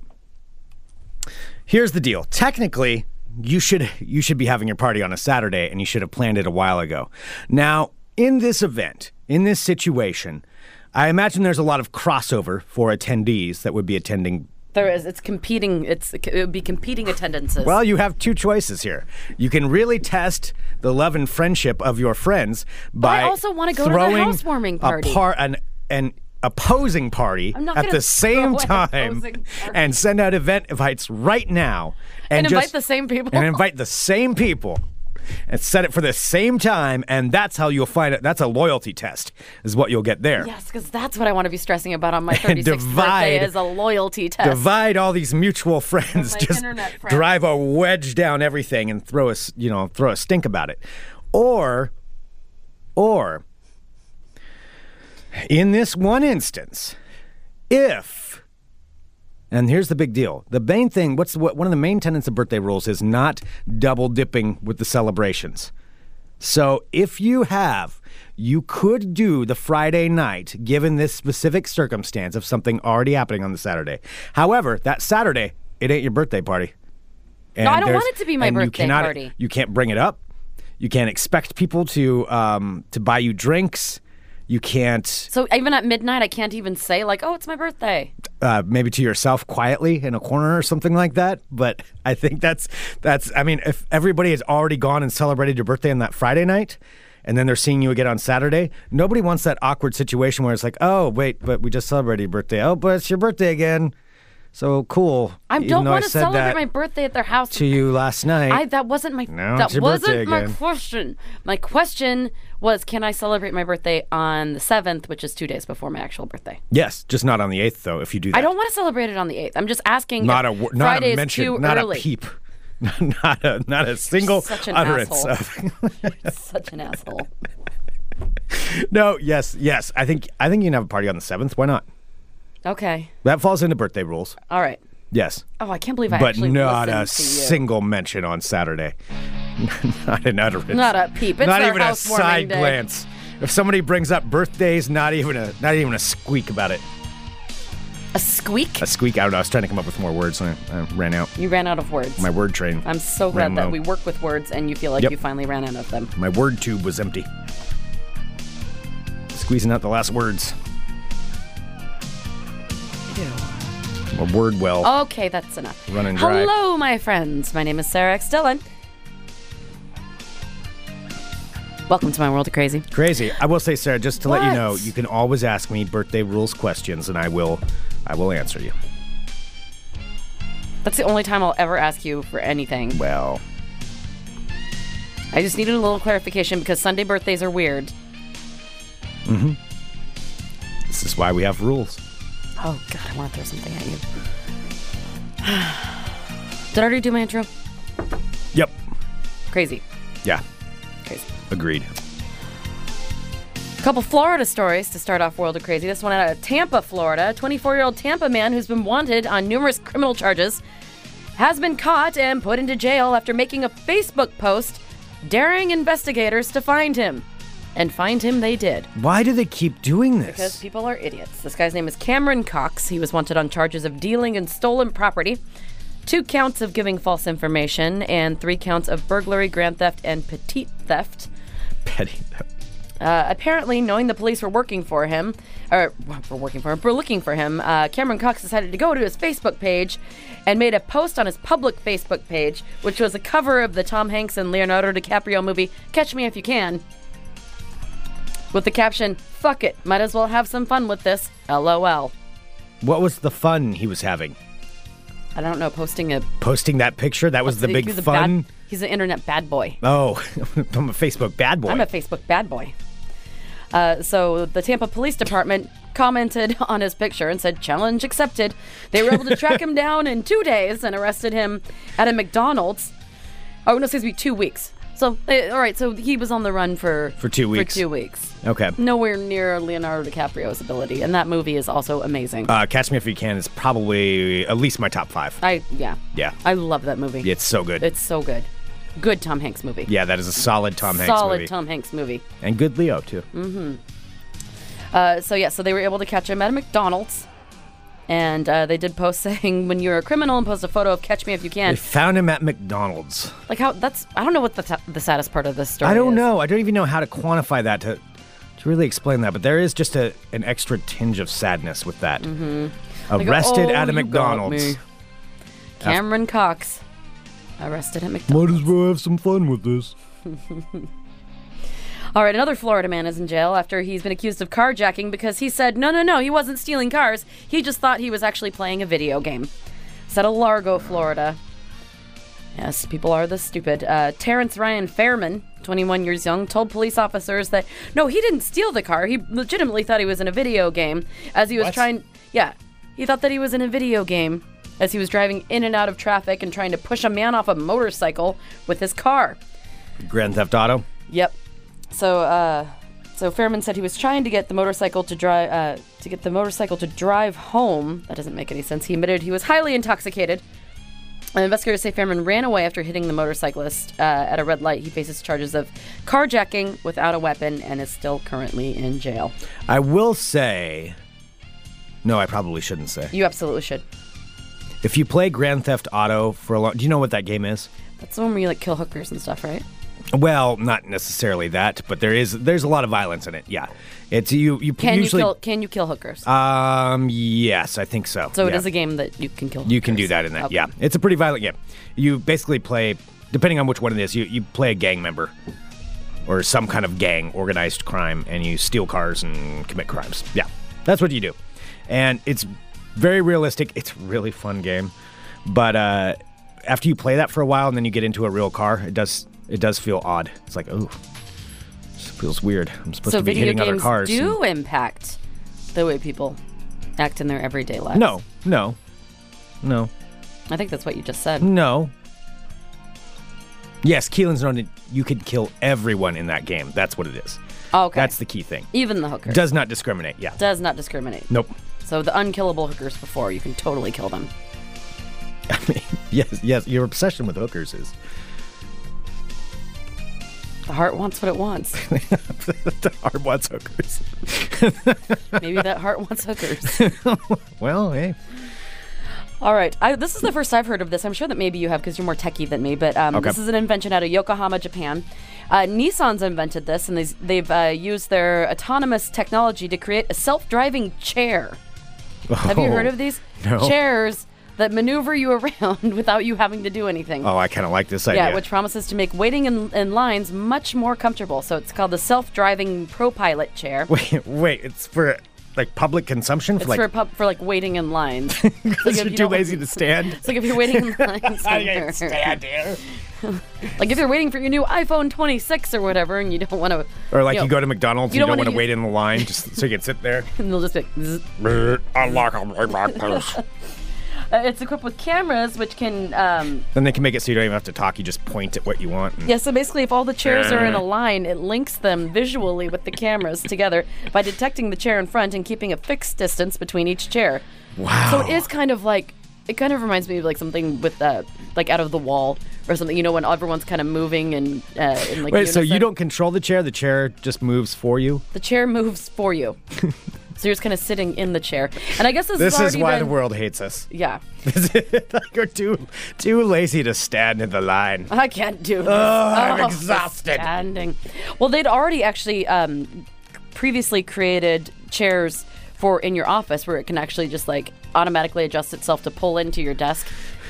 [SPEAKER 6] here's the deal. Technically, you should you should be having your party on a Saturday, and you should have planned it a while ago. Now, in this event, in this situation, I imagine there's a lot of crossover for attendees that would be attending
[SPEAKER 5] There is. It's competing. It's it would be competing attendances.
[SPEAKER 6] Well, you have two choices here. You can really test the love and friendship of your friends by
[SPEAKER 5] I also wanna go to the
[SPEAKER 6] throwing
[SPEAKER 5] housewarming party.
[SPEAKER 6] A par- an, an opposing party
[SPEAKER 5] I'm not
[SPEAKER 6] at
[SPEAKER 5] gonna
[SPEAKER 6] the same
[SPEAKER 5] throw an
[SPEAKER 6] time
[SPEAKER 5] opposing party.
[SPEAKER 6] and send out event invites right now
[SPEAKER 5] And invite
[SPEAKER 6] just-
[SPEAKER 5] the same people.
[SPEAKER 6] and invite the same people and set it for the same time and that's how you'll find it that's a loyalty test is what you'll get there
[SPEAKER 5] yes, because that's what I want to be stressing about
[SPEAKER 6] (laughs)
[SPEAKER 5] on my
[SPEAKER 6] And
[SPEAKER 5] 36th
[SPEAKER 6] divide-
[SPEAKER 5] birthday is a loyalty test.
[SPEAKER 6] divide all these mutual friends
[SPEAKER 5] my
[SPEAKER 6] just
[SPEAKER 5] internet friends.
[SPEAKER 6] drive a wedge down everything and throw a s- you know throw a stink about it or or in this one instance if and here's the big deal the main thing what's what, one of the main tenets of birthday rules is not double dipping with the celebrations so if you have, you could do the Friday night given this specific circumstance of something already happening on the Saturday. However, that Saturday, it ain't your birthday party. And
[SPEAKER 5] I don't
[SPEAKER 6] there's-
[SPEAKER 5] want it to be my
[SPEAKER 6] and you
[SPEAKER 5] birthday
[SPEAKER 6] cannot-
[SPEAKER 5] party.
[SPEAKER 6] You can't bring it up. You can't expect people to um, to buy you drinks. You can't
[SPEAKER 5] so even at midnight, I can't even say like, "Oh, it's my birthday."
[SPEAKER 6] uh, maybe to yourself quietly in a corner or something like that. But I think that's that's. I mean, if everybody has already gone and celebrated your birthday on that Friday night, and then they're seeing you again on Saturday, nobody wants that awkward situation where it's like, oh wait, but we just celebrated your birthday. Oh, but it's your birthday again. So cool.
[SPEAKER 5] I
[SPEAKER 6] Even
[SPEAKER 5] don't
[SPEAKER 6] though
[SPEAKER 5] want to
[SPEAKER 6] said
[SPEAKER 5] celebrate
[SPEAKER 6] that
[SPEAKER 5] my birthday at their house.
[SPEAKER 6] to you last night.
[SPEAKER 5] I that wasn't my
[SPEAKER 6] Now
[SPEAKER 5] that
[SPEAKER 6] it's your
[SPEAKER 5] wasn't
[SPEAKER 6] birthday
[SPEAKER 5] my
[SPEAKER 6] again.
[SPEAKER 5] question. My question was, can I celebrate my birthday on the seventh, which is two days before my actual birthday?
[SPEAKER 6] yes, just not on the eighth though. If you do that,
[SPEAKER 5] I don't want to celebrate it on the eighth. I'm just asking.
[SPEAKER 6] not a
[SPEAKER 5] if
[SPEAKER 6] wo- not
[SPEAKER 5] Friday
[SPEAKER 6] a
[SPEAKER 5] is
[SPEAKER 6] mention,
[SPEAKER 5] too
[SPEAKER 6] not
[SPEAKER 5] early.
[SPEAKER 6] a peep, (laughs) not a not a single
[SPEAKER 5] such an
[SPEAKER 6] utterance
[SPEAKER 5] asshole.
[SPEAKER 6] of.
[SPEAKER 5] Such an asshole.
[SPEAKER 6] No, yes, yes. I think I think you can have a party on the seventh. Why not?
[SPEAKER 5] Okay.
[SPEAKER 6] That falls into birthday rules.
[SPEAKER 5] All right.
[SPEAKER 6] Yes,
[SPEAKER 5] Oh, I can't believe I
[SPEAKER 6] but
[SPEAKER 5] actually
[SPEAKER 6] not a
[SPEAKER 5] listened to you.
[SPEAKER 6] single mention on Saturday. (laughs) not an utterance.
[SPEAKER 5] Not a peep. It's
[SPEAKER 6] not
[SPEAKER 5] their
[SPEAKER 6] even a
[SPEAKER 5] housewarming
[SPEAKER 6] side
[SPEAKER 5] day.
[SPEAKER 6] glance. If somebody brings up birthdays, not even a not even a squeak about it.
[SPEAKER 5] a squeak.
[SPEAKER 6] A squeak. I don't know. I was trying to come up with more words, and I, I ran out.
[SPEAKER 5] You ran out of words.
[SPEAKER 6] My word train.
[SPEAKER 5] I'm so
[SPEAKER 6] ran
[SPEAKER 5] glad that
[SPEAKER 6] low.
[SPEAKER 5] we work with words, and you feel like
[SPEAKER 6] Yep.
[SPEAKER 5] you finally ran out of them.
[SPEAKER 6] My word tube was empty. Squeezing out the last words. A word well.
[SPEAKER 5] Okay, that's enough.
[SPEAKER 6] Running dry.
[SPEAKER 5] Oh, Hello, my friends. My name is Sarah X. Dillon. Welcome to my world of crazy.
[SPEAKER 6] Crazy. I will say, Sarah, just to let you
[SPEAKER 5] What?
[SPEAKER 6] know, you can always ask me birthday rules questions, and I will, I will answer you.
[SPEAKER 5] That's the only time I'll ever ask you for anything.
[SPEAKER 6] Well,
[SPEAKER 5] I just needed a little clarification because Sunday birthdays are weird.
[SPEAKER 6] this is why we have rules.
[SPEAKER 5] Oh God, I want to throw something at you. (sighs) Did I already do my intro?
[SPEAKER 6] Yep.
[SPEAKER 5] Crazy,
[SPEAKER 6] Yeah.
[SPEAKER 5] crazy.
[SPEAKER 6] Agreed.
[SPEAKER 5] A couple Florida stories to start off World of Crazy. This one out of Tampa, Florida. A 24 year old Tampa man who's been wanted on numerous criminal charges has been caught and put into jail after making a Facebook post daring investigators to find him. And find him they did.
[SPEAKER 6] Why do they keep doing this?
[SPEAKER 5] Because people are idiots. This guy's name is Cameron Cox. He was wanted on charges of dealing in stolen property, two counts of giving false information, and three counts of burglary, grand theft, and petite theft.
[SPEAKER 6] petty.
[SPEAKER 5] Uh, apparently, knowing the police were working for him, or well, were working for him, were looking for him, uh, Cameron Cox decided to go to his Facebook page and made a post on his public Facebook page, which was a cover of the Tom Hanks and Leonardo DiCaprio movie Catch Me If You Can, with the caption, Fuck it, might as well have some fun with this, lol.
[SPEAKER 6] What was the fun he was having?
[SPEAKER 5] I don't know, posting a.
[SPEAKER 6] Posting that picture? That was the big
[SPEAKER 5] he's a
[SPEAKER 6] fun.
[SPEAKER 5] Bad, he's an internet bad boy.
[SPEAKER 6] Oh, (laughs) I'm a Facebook bad boy.
[SPEAKER 5] I'm a Facebook bad boy. Uh, so the Tampa Police Department commented (laughs) on his picture and said, "Challenge accepted." They were able to track him (laughs) down in two days and arrested him at a McDonald's. Oh no, excuse me, two weeks. So eh, all right, so he was on the run for
[SPEAKER 6] For two weeks.
[SPEAKER 5] For two weeks.
[SPEAKER 6] Okay.
[SPEAKER 5] Nowhere near Leonardo DiCaprio's ability, and that movie is also amazing.
[SPEAKER 6] Uh, Catch Me If You Can is probably at least my top five.
[SPEAKER 5] I yeah.
[SPEAKER 6] Yeah.
[SPEAKER 5] I love that movie.
[SPEAKER 6] It's so good.
[SPEAKER 5] It's so good. Good Tom Hanks movie.
[SPEAKER 6] yeah, that is a solid Tom Hanks
[SPEAKER 5] Solid
[SPEAKER 6] movie.
[SPEAKER 5] Tom Mm. Hanks movie.
[SPEAKER 6] And good Leo, too.
[SPEAKER 5] Uh, so yeah, so they were able to catch him at a McDonald's, and uh, they did post (laughs) saying, "When you're a criminal, and post a photo of Catch Me If You
[SPEAKER 6] They
[SPEAKER 5] Can."
[SPEAKER 6] found him at McDonald's.
[SPEAKER 5] like how that's I don't know what the t- the saddest part of this story.
[SPEAKER 6] I don't
[SPEAKER 5] is.
[SPEAKER 6] know. I don't even know how to quantify that to, to really explain that. But there is just a, an extra tinge of sadness with that.
[SPEAKER 5] Mm-hmm. Like,
[SPEAKER 6] Arrested
[SPEAKER 5] "Oh,
[SPEAKER 6] at a
[SPEAKER 5] you got
[SPEAKER 6] McDonald's.
[SPEAKER 5] me." Cameron Cox arrested at
[SPEAKER 6] Might
[SPEAKER 5] McDonald's.
[SPEAKER 6] as well have some fun with this.
[SPEAKER 5] All right, another Florida man is in jail after he's been accused of carjacking because he said, no, no, no, he wasn't stealing cars. He just thought he was actually playing a video game. It's at a Largo, Florida. Yes, people are this stupid. Uh, Terrence Ryan Fairman, 21 years young, told police officers that, no, he didn't steal the car. He legitimately thought he was in a video game as he was
[SPEAKER 6] What?
[SPEAKER 5] trying. Yeah, he thought that he was in a video game as he was driving in and out of traffic and trying to push a man off a motorcycle with his car.
[SPEAKER 6] Grand Theft Auto.
[SPEAKER 5] Yep. So, uh, so Fairman said he was trying to get the motorcycle to drive uh, to get the motorcycle to drive home. That doesn't make any sense. He admitted he was highly intoxicated. And investigators say Fairman ran away after hitting the motorcyclist uh, at a red light. He faces charges of carjacking without a weapon and is still currently in jail.
[SPEAKER 6] I will say. No, I probably shouldn't say.
[SPEAKER 5] You absolutely should.
[SPEAKER 6] If you play Grand Theft Auto for a long, do you know what that game is?
[SPEAKER 5] That's the one where you like kill hookers and stuff, right?
[SPEAKER 6] Well, not necessarily that, but there is there's a lot of violence in it. Yeah, it's you you
[SPEAKER 5] Can
[SPEAKER 6] usually
[SPEAKER 5] you kill? Can you kill hookers?
[SPEAKER 6] um yes I think so.
[SPEAKER 5] so it
[SPEAKER 6] yeah.
[SPEAKER 5] is a game that you can kill.
[SPEAKER 6] You can do
[SPEAKER 5] hookers.
[SPEAKER 6] that in that.
[SPEAKER 5] Okay.
[SPEAKER 6] Yeah, it's a pretty violent game. You basically play depending on which one it is. You you play a gang member or some kind of gang organized crime, and you steal cars and commit crimes. Yeah, that's what you do, and it's very realistic. It's a really fun game, but uh, after you play that for a while and then you get into a real car, it does it does feel odd. It's like oh. Feels weird. I'm supposed
[SPEAKER 5] So
[SPEAKER 6] to be
[SPEAKER 5] video
[SPEAKER 6] hitting other
[SPEAKER 5] games
[SPEAKER 6] cars. and-
[SPEAKER 5] do impact the way people act in their everyday lives.
[SPEAKER 6] No, no, no.
[SPEAKER 5] I think that's what you just said.
[SPEAKER 6] No. Yes, Keelan's known that you could kill everyone in that game. That's what it is.
[SPEAKER 5] Oh, okay.
[SPEAKER 6] That's the key thing.
[SPEAKER 5] Even the hooker
[SPEAKER 6] Does not discriminate. Yeah.
[SPEAKER 5] does not discriminate.
[SPEAKER 6] Nope. (laughs)
[SPEAKER 5] So the unkillable hookers before, you can totally kill them.
[SPEAKER 6] I mean, yes, yes. Your obsession with hookers is. (laughs)
[SPEAKER 5] The heart wants what
[SPEAKER 6] (laughs)
[SPEAKER 5] it wants.
[SPEAKER 6] the hard wants hookers. (laughs)
[SPEAKER 5] Maybe that heart wants hookers.
[SPEAKER 6] Well, hey.
[SPEAKER 5] All right. I, this is the first I've heard of this. I'm sure that maybe you have because you're more techie than me. But um,
[SPEAKER 6] Okay.
[SPEAKER 5] this is an invention out of Yokohama, Japan. Uh, Nissan's invented this, and they's- they've uh, used their autonomous technology to create a self-driving chair. Have you
[SPEAKER 6] Oh.
[SPEAKER 5] heard of these
[SPEAKER 6] no.
[SPEAKER 5] chairs that maneuver you (laughs) around without you having to do anything?
[SPEAKER 6] Oh, I kind of like this idea.
[SPEAKER 5] Yeah, which promises to make waiting in, in lines much more comfortable. So it's called the self-driving ProPilot chair.
[SPEAKER 6] (laughs) Wait, wait. It's for like public consumption. For
[SPEAKER 5] it's
[SPEAKER 6] like, (laughs)
[SPEAKER 5] for pub, for like waiting in lines. It's like if
[SPEAKER 6] you're
[SPEAKER 5] you
[SPEAKER 6] too
[SPEAKER 5] don't-
[SPEAKER 6] lazy to stand.
[SPEAKER 5] It's like if you're waiting in
[SPEAKER 6] (laughs)
[SPEAKER 5] lines.
[SPEAKER 6] I
[SPEAKER 5] somewhere.
[SPEAKER 6] can't stand here.
[SPEAKER 5] Like if you're waiting for your new iPhone 26 or whatever, and you don't want to.
[SPEAKER 6] Or like you go to McDonald's,
[SPEAKER 5] you
[SPEAKER 6] you,
[SPEAKER 5] don't
[SPEAKER 6] don't want
[SPEAKER 5] wanna (laughs)
[SPEAKER 6] to
[SPEAKER 5] use-
[SPEAKER 6] wait in the line just so you can sit there.
[SPEAKER 5] And they'll just be. Like, "Zzz." Uh, it's equipped with cameras, which can. Um,
[SPEAKER 6] Then they can make it so you don't even have to talk. You just point at what you want. and-
[SPEAKER 5] yeah, so basically, if all the chairs are in a line, it links them visually with the cameras together by detecting the chair in front and keeping a fixed distance between each chair.
[SPEAKER 6] Wow.
[SPEAKER 5] So it is kind of like it kind of reminds me of like something with uh, like out of the wall or something. You know, when everyone's kind of moving and uh, in, like
[SPEAKER 6] Wait, so you
[SPEAKER 5] unison.
[SPEAKER 6] don't control the chair? The chair just moves for you?
[SPEAKER 5] the chair moves
[SPEAKER 6] (laughs)
[SPEAKER 5] for you. so you're just kind of sitting in the chair, and I guess this,
[SPEAKER 6] This is
[SPEAKER 5] has already
[SPEAKER 6] why
[SPEAKER 5] been,
[SPEAKER 6] the world hates us. (laughs)
[SPEAKER 5] Yeah,
[SPEAKER 6] You're too too lazy to stand in the line.
[SPEAKER 5] I can't do. This.
[SPEAKER 6] Uh, I'm
[SPEAKER 5] Uh, Oh,
[SPEAKER 6] exhausted.
[SPEAKER 5] Standing. Well, they'd already actually um, previously created chairs for in your office where it can actually just like automatically adjust itself to pull into your desk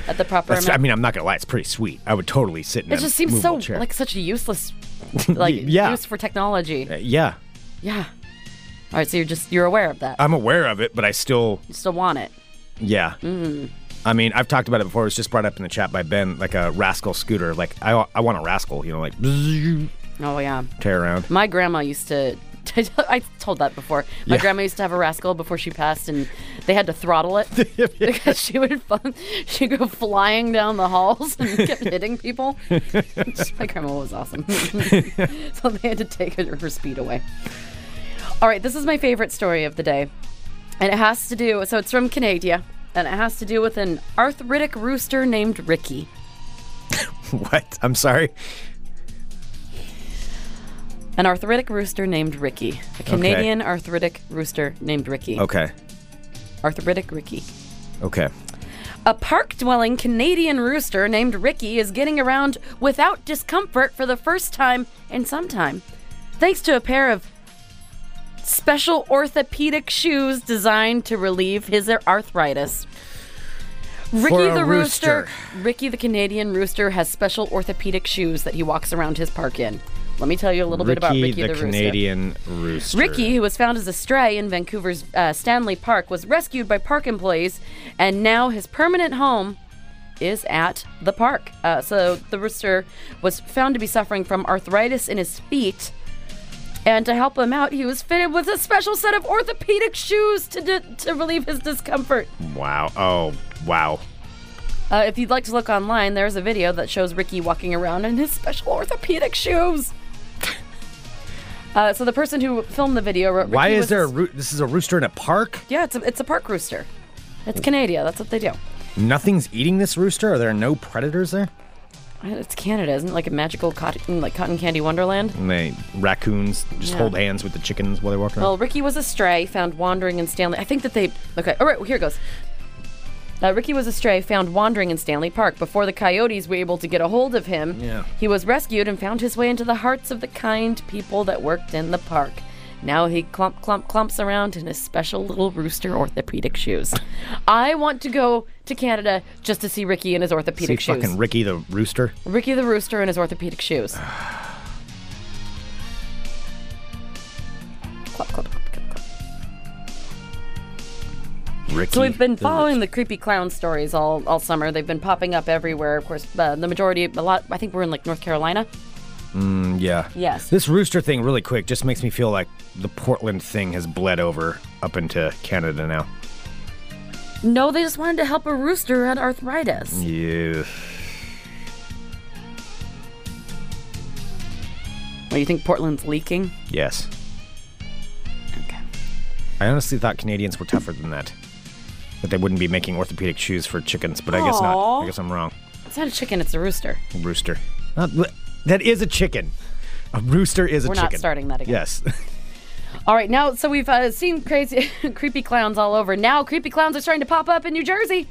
[SPEAKER 5] at the proper
[SPEAKER 6] That's-
[SPEAKER 5] amount.
[SPEAKER 6] I mean, I'm not gonna lie, it's pretty sweet. I would totally sit in
[SPEAKER 5] It
[SPEAKER 6] a
[SPEAKER 5] just seems so
[SPEAKER 6] movable chair.
[SPEAKER 5] like such
[SPEAKER 6] (laughs)
[SPEAKER 5] a useless like
[SPEAKER 6] yeah.
[SPEAKER 5] use for technology.
[SPEAKER 6] Uh, yeah,
[SPEAKER 5] Yeah. All right, so you're just you're aware of that.
[SPEAKER 6] I'm aware of it, but I still
[SPEAKER 5] you still want it.
[SPEAKER 6] yeah.
[SPEAKER 5] Mm.
[SPEAKER 6] I mean, I've talked about it before. It was just brought up in the chat by Ben, like a rascal scooter. Like (laughs) I I want a rascal, you know, like
[SPEAKER 5] Oh yeah.
[SPEAKER 6] tear around. (laughs)
[SPEAKER 5] My grandma used to (laughs) I told that before. My
[SPEAKER 6] Yeah.
[SPEAKER 5] grandma used to have a rascal before she passed, and they had to throttle it
[SPEAKER 6] (laughs)
[SPEAKER 5] (laughs) because she would fun, she'd go flying down the halls and kept hitting people. My grandma was awesome, (laughs) so they had to take her, her speed away. All right, this is my favorite story of the day, and it has to do. So it's from Canada, and it has to do with an arthritic rooster named Ricky.
[SPEAKER 6] What? I'm sorry.
[SPEAKER 5] An arthritic rooster named Ricky. A Canadian arthritic rooster named Ricky.
[SPEAKER 6] Okay.
[SPEAKER 5] Arthritic Ricky.
[SPEAKER 6] Okay.
[SPEAKER 5] A park dwelling Canadian rooster named Ricky is getting around without discomfort for the first time in some time, thanks to a pair of special orthopedic shoes designed to relieve his arthritis. Ricky
[SPEAKER 6] For a
[SPEAKER 5] the
[SPEAKER 6] rooster.
[SPEAKER 5] Ricky the Canadian rooster has special orthopedic shoes that he walks around his park in. Let me tell you a little bit about Ricky the, rooster.
[SPEAKER 6] Canadian rooster.
[SPEAKER 5] Ricky, who was found as a stray in Vancouver's uh, Stanley Park, was rescued by park employees, and now his permanent home is at the park. Uh, so the rooster was found to be suffering from arthritis in his feet. And to help him out, he was fitted with a special set of orthopedic shoes to, d- to relieve his discomfort.
[SPEAKER 6] Wow. Oh, wow.
[SPEAKER 5] Uh, if you'd like to look online, there's a video that shows Ricky walking around in his special orthopedic shoes. (laughs) Uh, so the person who filmed the video wrote,
[SPEAKER 6] Why
[SPEAKER 5] "Ricky
[SPEAKER 6] is
[SPEAKER 5] was
[SPEAKER 6] there a
[SPEAKER 5] a
[SPEAKER 6] roo- this is a rooster in a park?
[SPEAKER 5] Yeah, it's a, it's a park rooster. It's Canada. That's what they do.
[SPEAKER 6] Nothing's eating this rooster? Are there no predators there?
[SPEAKER 5] It's Canada, isn't it? Like a magical cotton, like cotton candy wonderland.
[SPEAKER 6] And they raccoons just
[SPEAKER 5] Yeah.
[SPEAKER 6] hold hands with the chickens while they walk around.
[SPEAKER 5] Well, Ricky was a stray found wandering in Stanley. I think that they. Okay, all right, well, here it goes. Uh, Ricky was a stray found wandering in Stanley Park. Before the coyotes were able to get a hold of him,
[SPEAKER 6] Yeah.
[SPEAKER 5] he was rescued and found his way into the hearts of the kind people that worked in the park. Now he clump, clump, clumps around in his special little rooster orthopedic shoes. I want to go to Canada just to see Ricky in his
[SPEAKER 6] See
[SPEAKER 5] orthopedic shoes.
[SPEAKER 6] fucking Ricky the rooster.
[SPEAKER 5] Ricky the Rooster in his orthopedic shoes. Clap, clap, clap, clap, clap.
[SPEAKER 6] Ricky.
[SPEAKER 5] So we've been
[SPEAKER 6] the
[SPEAKER 5] following
[SPEAKER 6] rooster.
[SPEAKER 5] the creepy clown stories all, all summer. They've been popping up everywhere. Of course, uh, the majority, a lot. I think we're in like North Carolina.
[SPEAKER 6] yeah.
[SPEAKER 5] Yes.
[SPEAKER 6] This rooster thing, really quick, just makes me feel like the Portland thing has bled over up into Canada now.
[SPEAKER 5] No, they just wanted to help a rooster had
[SPEAKER 6] Mm.
[SPEAKER 5] arthritis.
[SPEAKER 6] Yeah.
[SPEAKER 5] Well, Oh, you think Portland's leaking?
[SPEAKER 6] Yes.
[SPEAKER 5] Okay.
[SPEAKER 6] I honestly thought Canadians were tougher than that. That they wouldn't be making orthopedic shoes for chickens, but I guess not.
[SPEAKER 5] Aw.
[SPEAKER 6] I guess I'm wrong.
[SPEAKER 5] It's not a chicken. It's a rooster.
[SPEAKER 6] Rooster. Not, that is a chicken. A rooster is a
[SPEAKER 5] We're not
[SPEAKER 6] chicken.
[SPEAKER 5] starting that again.
[SPEAKER 6] Yes. (laughs)
[SPEAKER 5] All right, now so we've uh, seen crazy, (laughs) creepy clowns all over. Now creepy clowns are starting to pop up in New Jersey.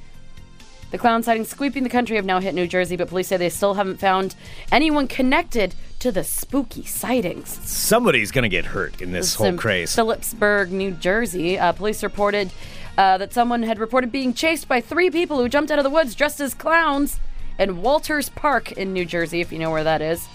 [SPEAKER 5] The clown sightings sweeping the country have now hit New Jersey, but police say they still haven't found anyone connected to the spooky sightings.
[SPEAKER 6] Somebody's going to get hurt in this
[SPEAKER 5] It's
[SPEAKER 6] whole
[SPEAKER 5] in
[SPEAKER 6] craze.
[SPEAKER 5] Phillipsburg, New Jersey, uh, police reported uh, that someone had reported being chased by three people who jumped out of the woods dressed as clowns in Walters Park in New Jersey, if you know where that is.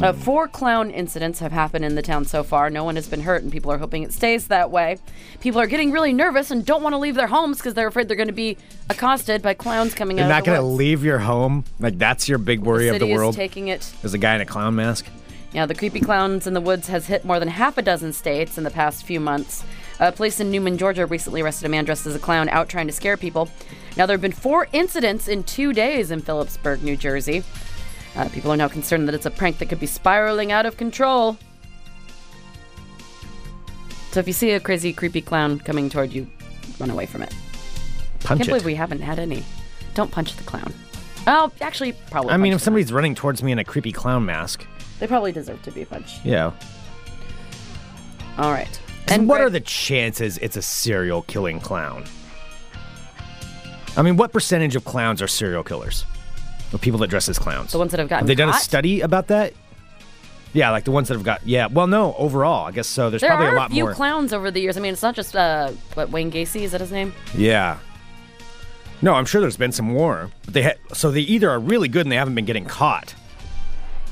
[SPEAKER 5] Uh,
[SPEAKER 6] Hmm.
[SPEAKER 5] four clown incidents have happened in the town so far. No one has been hurt, and people are hoping it stays that way. People are getting really nervous and don't want to leave their homes because they're afraid they're going to be accosted by clowns coming
[SPEAKER 6] You're
[SPEAKER 5] out.
[SPEAKER 6] not
[SPEAKER 5] of the
[SPEAKER 6] going to
[SPEAKER 5] woods.
[SPEAKER 6] leave your home. Like, that's your big worry
[SPEAKER 5] The
[SPEAKER 6] of the
[SPEAKER 5] city is
[SPEAKER 6] world.
[SPEAKER 5] taking it.
[SPEAKER 6] There's a guy in a clown mask.
[SPEAKER 5] Yeah, the creepy clowns in the woods has hit more than half a dozen states in the past few months. Uh, police in Newman, Georgia, recently arrested a man dressed as a clown out trying to scare people. Now there have been four incidents in two days in Phillipsburg, New Jersey. Uh, people are now concerned that it's a prank that could be spiraling out of control. So if you see a crazy, creepy clown coming toward you, run away from it.
[SPEAKER 6] Punch
[SPEAKER 5] Can't believe
[SPEAKER 6] it.
[SPEAKER 5] we haven't had any. Don't punch the clown. Oh, actually, probably.
[SPEAKER 6] I mean,
[SPEAKER 5] punch
[SPEAKER 6] if
[SPEAKER 5] the
[SPEAKER 6] somebody's running towards me in a creepy clown mask,
[SPEAKER 5] clown. they probably deserve to be punched.
[SPEAKER 6] yeah.
[SPEAKER 5] All right.
[SPEAKER 6] And what
[SPEAKER 5] Greg-
[SPEAKER 6] are the chances it's a serial killing clown? I mean, what percentage of clowns are serial killers? Or people that dress as clowns?
[SPEAKER 5] The ones that have gotten
[SPEAKER 6] Have they done a
[SPEAKER 5] caught?
[SPEAKER 6] study about that? Yeah, like the ones that have got. Yeah, well, no, overall, I guess so. There's
[SPEAKER 5] There
[SPEAKER 6] probably
[SPEAKER 5] are
[SPEAKER 6] a lot
[SPEAKER 5] few
[SPEAKER 6] more.
[SPEAKER 5] clowns over the years. I mean, it's not just uh, what Wayne Gacy is that his name?
[SPEAKER 6] yeah. No, I'm sure there's been some more. But they ha- so they either are really good and they haven't been getting caught.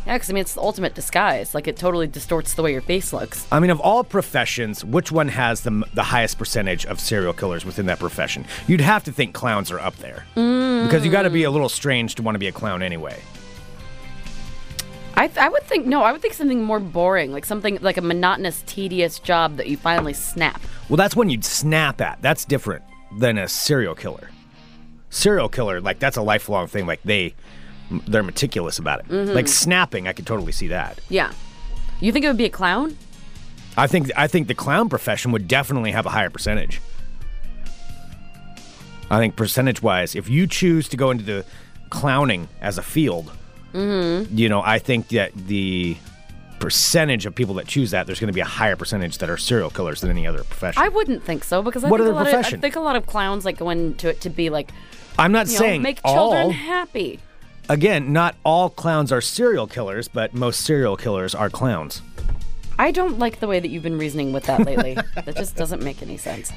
[SPEAKER 5] Yeah, because I mean, it's the ultimate disguise. Like it totally distorts the way your face looks.
[SPEAKER 6] I mean, of all professions, which one has the, m- the highest percentage of serial killers within that profession? You'd have to think clowns are up there. Because you got to be a little strange to want to be a clown anyway.
[SPEAKER 5] I I, th- I would think no. I would think something more boring, like something like a monotonous, tedious job that you finally snap.
[SPEAKER 6] Well, that's when you'd snap at. That's different than a serial killer. Serial killer, like that's a lifelong thing. Like they, they're meticulous about it. Like snapping, I could totally see that.
[SPEAKER 5] Yeah. You think it would be a clown?
[SPEAKER 6] I think I think the clown profession would definitely have a higher percentage. I think percentage wise, if you choose to go into the clowning as a field,
[SPEAKER 5] Mm-hmm.
[SPEAKER 6] you know, I think that the percentage of people that choose that, there's going to be a higher percentage that are serial killers than any other profession.
[SPEAKER 5] I wouldn't think so because I
[SPEAKER 6] What
[SPEAKER 5] think
[SPEAKER 6] other
[SPEAKER 5] a lot
[SPEAKER 6] profession?
[SPEAKER 5] of I think a lot of clowns like go into it to be like
[SPEAKER 6] I, am not
[SPEAKER 5] you
[SPEAKER 6] saying
[SPEAKER 5] know, make children
[SPEAKER 6] all.
[SPEAKER 5] happy.
[SPEAKER 6] Again, not all clowns are serial killers, but most serial killers are clowns.
[SPEAKER 5] I don't like the way that you've been reasoning with that lately. that just doesn't make any sense.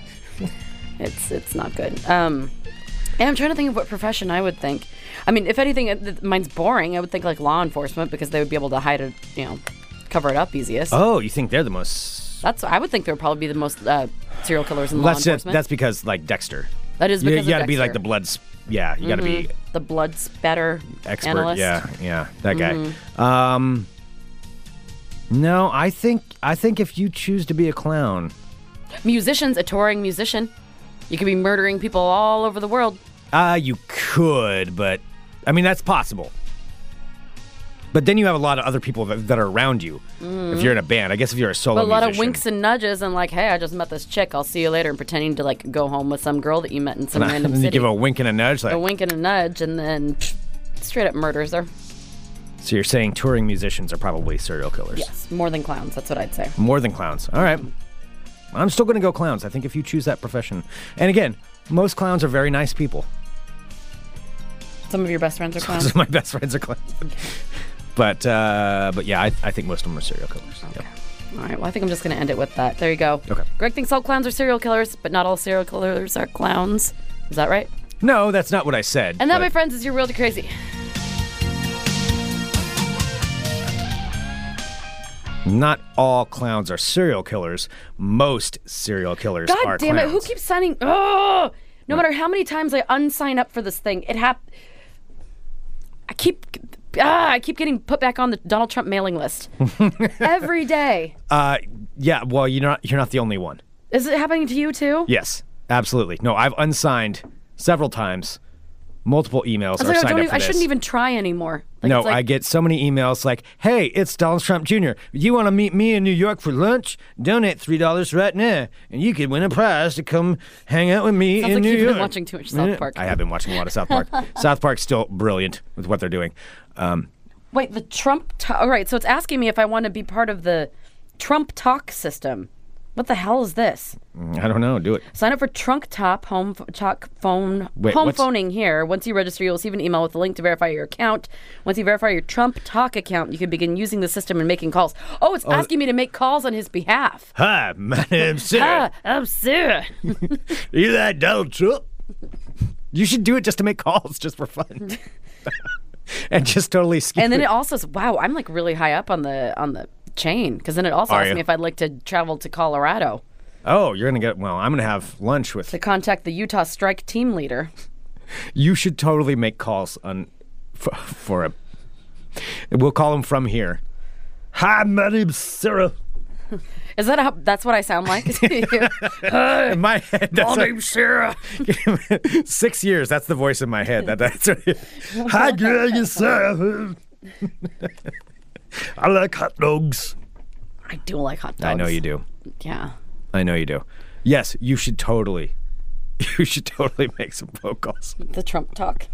[SPEAKER 5] It's it's not good. Um, and I'm trying to think of what profession I would think. I mean, if anything, uh, th- mine's boring. I would think like law enforcement because they would be able to hide it, you know, cover it up easiest.
[SPEAKER 6] Oh, you think they're the most?
[SPEAKER 5] That's I would think there would probably be the most uh, serial killers in law
[SPEAKER 6] That's just,
[SPEAKER 5] enforcement.
[SPEAKER 6] that's because like Dexter.
[SPEAKER 5] that is
[SPEAKER 6] You,
[SPEAKER 5] because
[SPEAKER 6] you got to
[SPEAKER 5] of
[SPEAKER 6] be like the
[SPEAKER 5] Dexter. Mm-hmm.
[SPEAKER 6] bloods. Yeah, you got to be
[SPEAKER 5] the blood spatter
[SPEAKER 6] expert.
[SPEAKER 5] analyst. Mm-hmm.
[SPEAKER 6] Yeah, yeah, that guy. Um, no, I think I think if you choose to be a clown,
[SPEAKER 5] musicians, a touring musician. You could be murdering people all over the world.
[SPEAKER 6] uh, you could, but I mean that's possible. But then you have a lot of other people that, that are around you. If you're in a band, I guess if you're a solo,
[SPEAKER 5] Mm-hmm. But a lot of
[SPEAKER 6] musician. (laughs)
[SPEAKER 5] winks and nudges and like, hey, I just met this chick. I'll see you later, and pretending to like go home with some girl that you met in some
[SPEAKER 6] and
[SPEAKER 5] random
[SPEAKER 6] then
[SPEAKER 5] city.
[SPEAKER 6] (laughs) you give a wink and a nudge. Like,
[SPEAKER 5] a wink and a nudge, and then psh, straight up murders her.
[SPEAKER 6] so you're saying touring musicians are probably serial killers
[SPEAKER 5] Yes, more than clowns. That's what I'd say.
[SPEAKER 6] more than clowns. All right, I'm still going to go clowns. I think if you choose that profession, and again, most clowns are very nice people.
[SPEAKER 5] Some of your best
[SPEAKER 6] (laughs)
[SPEAKER 5] friends are
[SPEAKER 6] Those
[SPEAKER 5] clowns.
[SPEAKER 6] are my best friends are clowns. But uh, but yeah, I, I think most of them are serial killers. Yep.
[SPEAKER 5] all right. Well, I think I'm just gonna end it with that. There you go.
[SPEAKER 6] Okay.
[SPEAKER 5] Greg thinks all clowns are serial killers, but not all serial killers are clowns. Is that right?
[SPEAKER 6] No, that's not what I said.
[SPEAKER 5] And that,
[SPEAKER 6] but-
[SPEAKER 5] my friends, is your real to crazy.
[SPEAKER 6] not all clowns are serial killers. Most serial killers
[SPEAKER 5] God
[SPEAKER 6] are
[SPEAKER 5] damn it! Who
[SPEAKER 6] clowns.
[SPEAKER 5] keeps signing? Oh, no matter how many times I unsign up for this thing, it hap. I keep, ah, I keep getting put back on the Donald Trump
[SPEAKER 6] (laughs)
[SPEAKER 5] mailing list every day.
[SPEAKER 6] Uh, yeah, well, you're not you're not the only one.
[SPEAKER 5] Is it happening to you too?
[SPEAKER 6] Yes, absolutely. No, I've unsigned several times, multiple emails.
[SPEAKER 5] I,
[SPEAKER 6] are
[SPEAKER 5] was like, I,
[SPEAKER 6] signed
[SPEAKER 5] don't
[SPEAKER 6] up
[SPEAKER 5] even,
[SPEAKER 6] for
[SPEAKER 5] I
[SPEAKER 6] this.
[SPEAKER 5] shouldn't even try anymore. Like,
[SPEAKER 6] No,
[SPEAKER 5] it's like,
[SPEAKER 6] I get so many emails like, "Hey, it's Donald Trump Jr. You want to meet me in New York for lunch? Donate three dollars right now, and you could win a prize to come hang out with me
[SPEAKER 5] Sounds
[SPEAKER 6] in
[SPEAKER 5] like
[SPEAKER 6] New
[SPEAKER 5] you've been
[SPEAKER 6] York."
[SPEAKER 5] watching too much South
[SPEAKER 6] Yeah.
[SPEAKER 5] Park.
[SPEAKER 6] I have been watching a lot of South
[SPEAKER 5] (laughs)
[SPEAKER 6] Park. South Park's still brilliant with what they're doing. Um,
[SPEAKER 5] Wait, the Trump. To- All right, so it's asking me if I want to be part of the Trump talk system. What the hell is this?
[SPEAKER 6] I don't know. Do it.
[SPEAKER 5] Sign up for Trunk Top Home ph- Talk Phone
[SPEAKER 6] Wait,
[SPEAKER 5] Home
[SPEAKER 6] what's-
[SPEAKER 5] Phoning here. Once you register, you'll receive an email with a link to verify your account. Once you verify your Trump Talk account, you can begin using the system and making calls. Oh, it's asking me to make calls on his behalf.
[SPEAKER 6] Hi,
[SPEAKER 5] (laughs)
[SPEAKER 6] my name's Sarah.
[SPEAKER 5] Ah, I'm Sarah.
[SPEAKER 6] Are you that Donald Trump? You should do it just to make calls, just for
[SPEAKER 5] (laughs)
[SPEAKER 6] fun, (laughs) and just totally skew.
[SPEAKER 5] and then it also says, "Wow, I'm like really high up on the on the chain." Because then it also
[SPEAKER 6] Are
[SPEAKER 5] asks
[SPEAKER 6] you?
[SPEAKER 5] me if I'd like to travel to Colorado
[SPEAKER 6] oh, you're gonna get. Well, I'm gonna have lunch with
[SPEAKER 5] to contact the Utah strike team leader.
[SPEAKER 6] You should totally make calls on for, for him. We'll call him from here. Hi, my name's Sarah.
[SPEAKER 5] Is that how? That's what I
[SPEAKER 6] (laughs)
[SPEAKER 5] sound like. (laughs)
[SPEAKER 6] In Uh, my (laughs) head, that's my name's Sarah. (laughs) Six years. That's the voice in my head. That, that's what it is. Hi, Greg. It's Sarah. I like hot dogs.
[SPEAKER 5] I do like hot dogs.
[SPEAKER 6] I know you do.
[SPEAKER 5] Yeah.
[SPEAKER 6] I know you do. Yes, you should totally. (laughs) You should totally make some phone calls.
[SPEAKER 5] the Trump talk.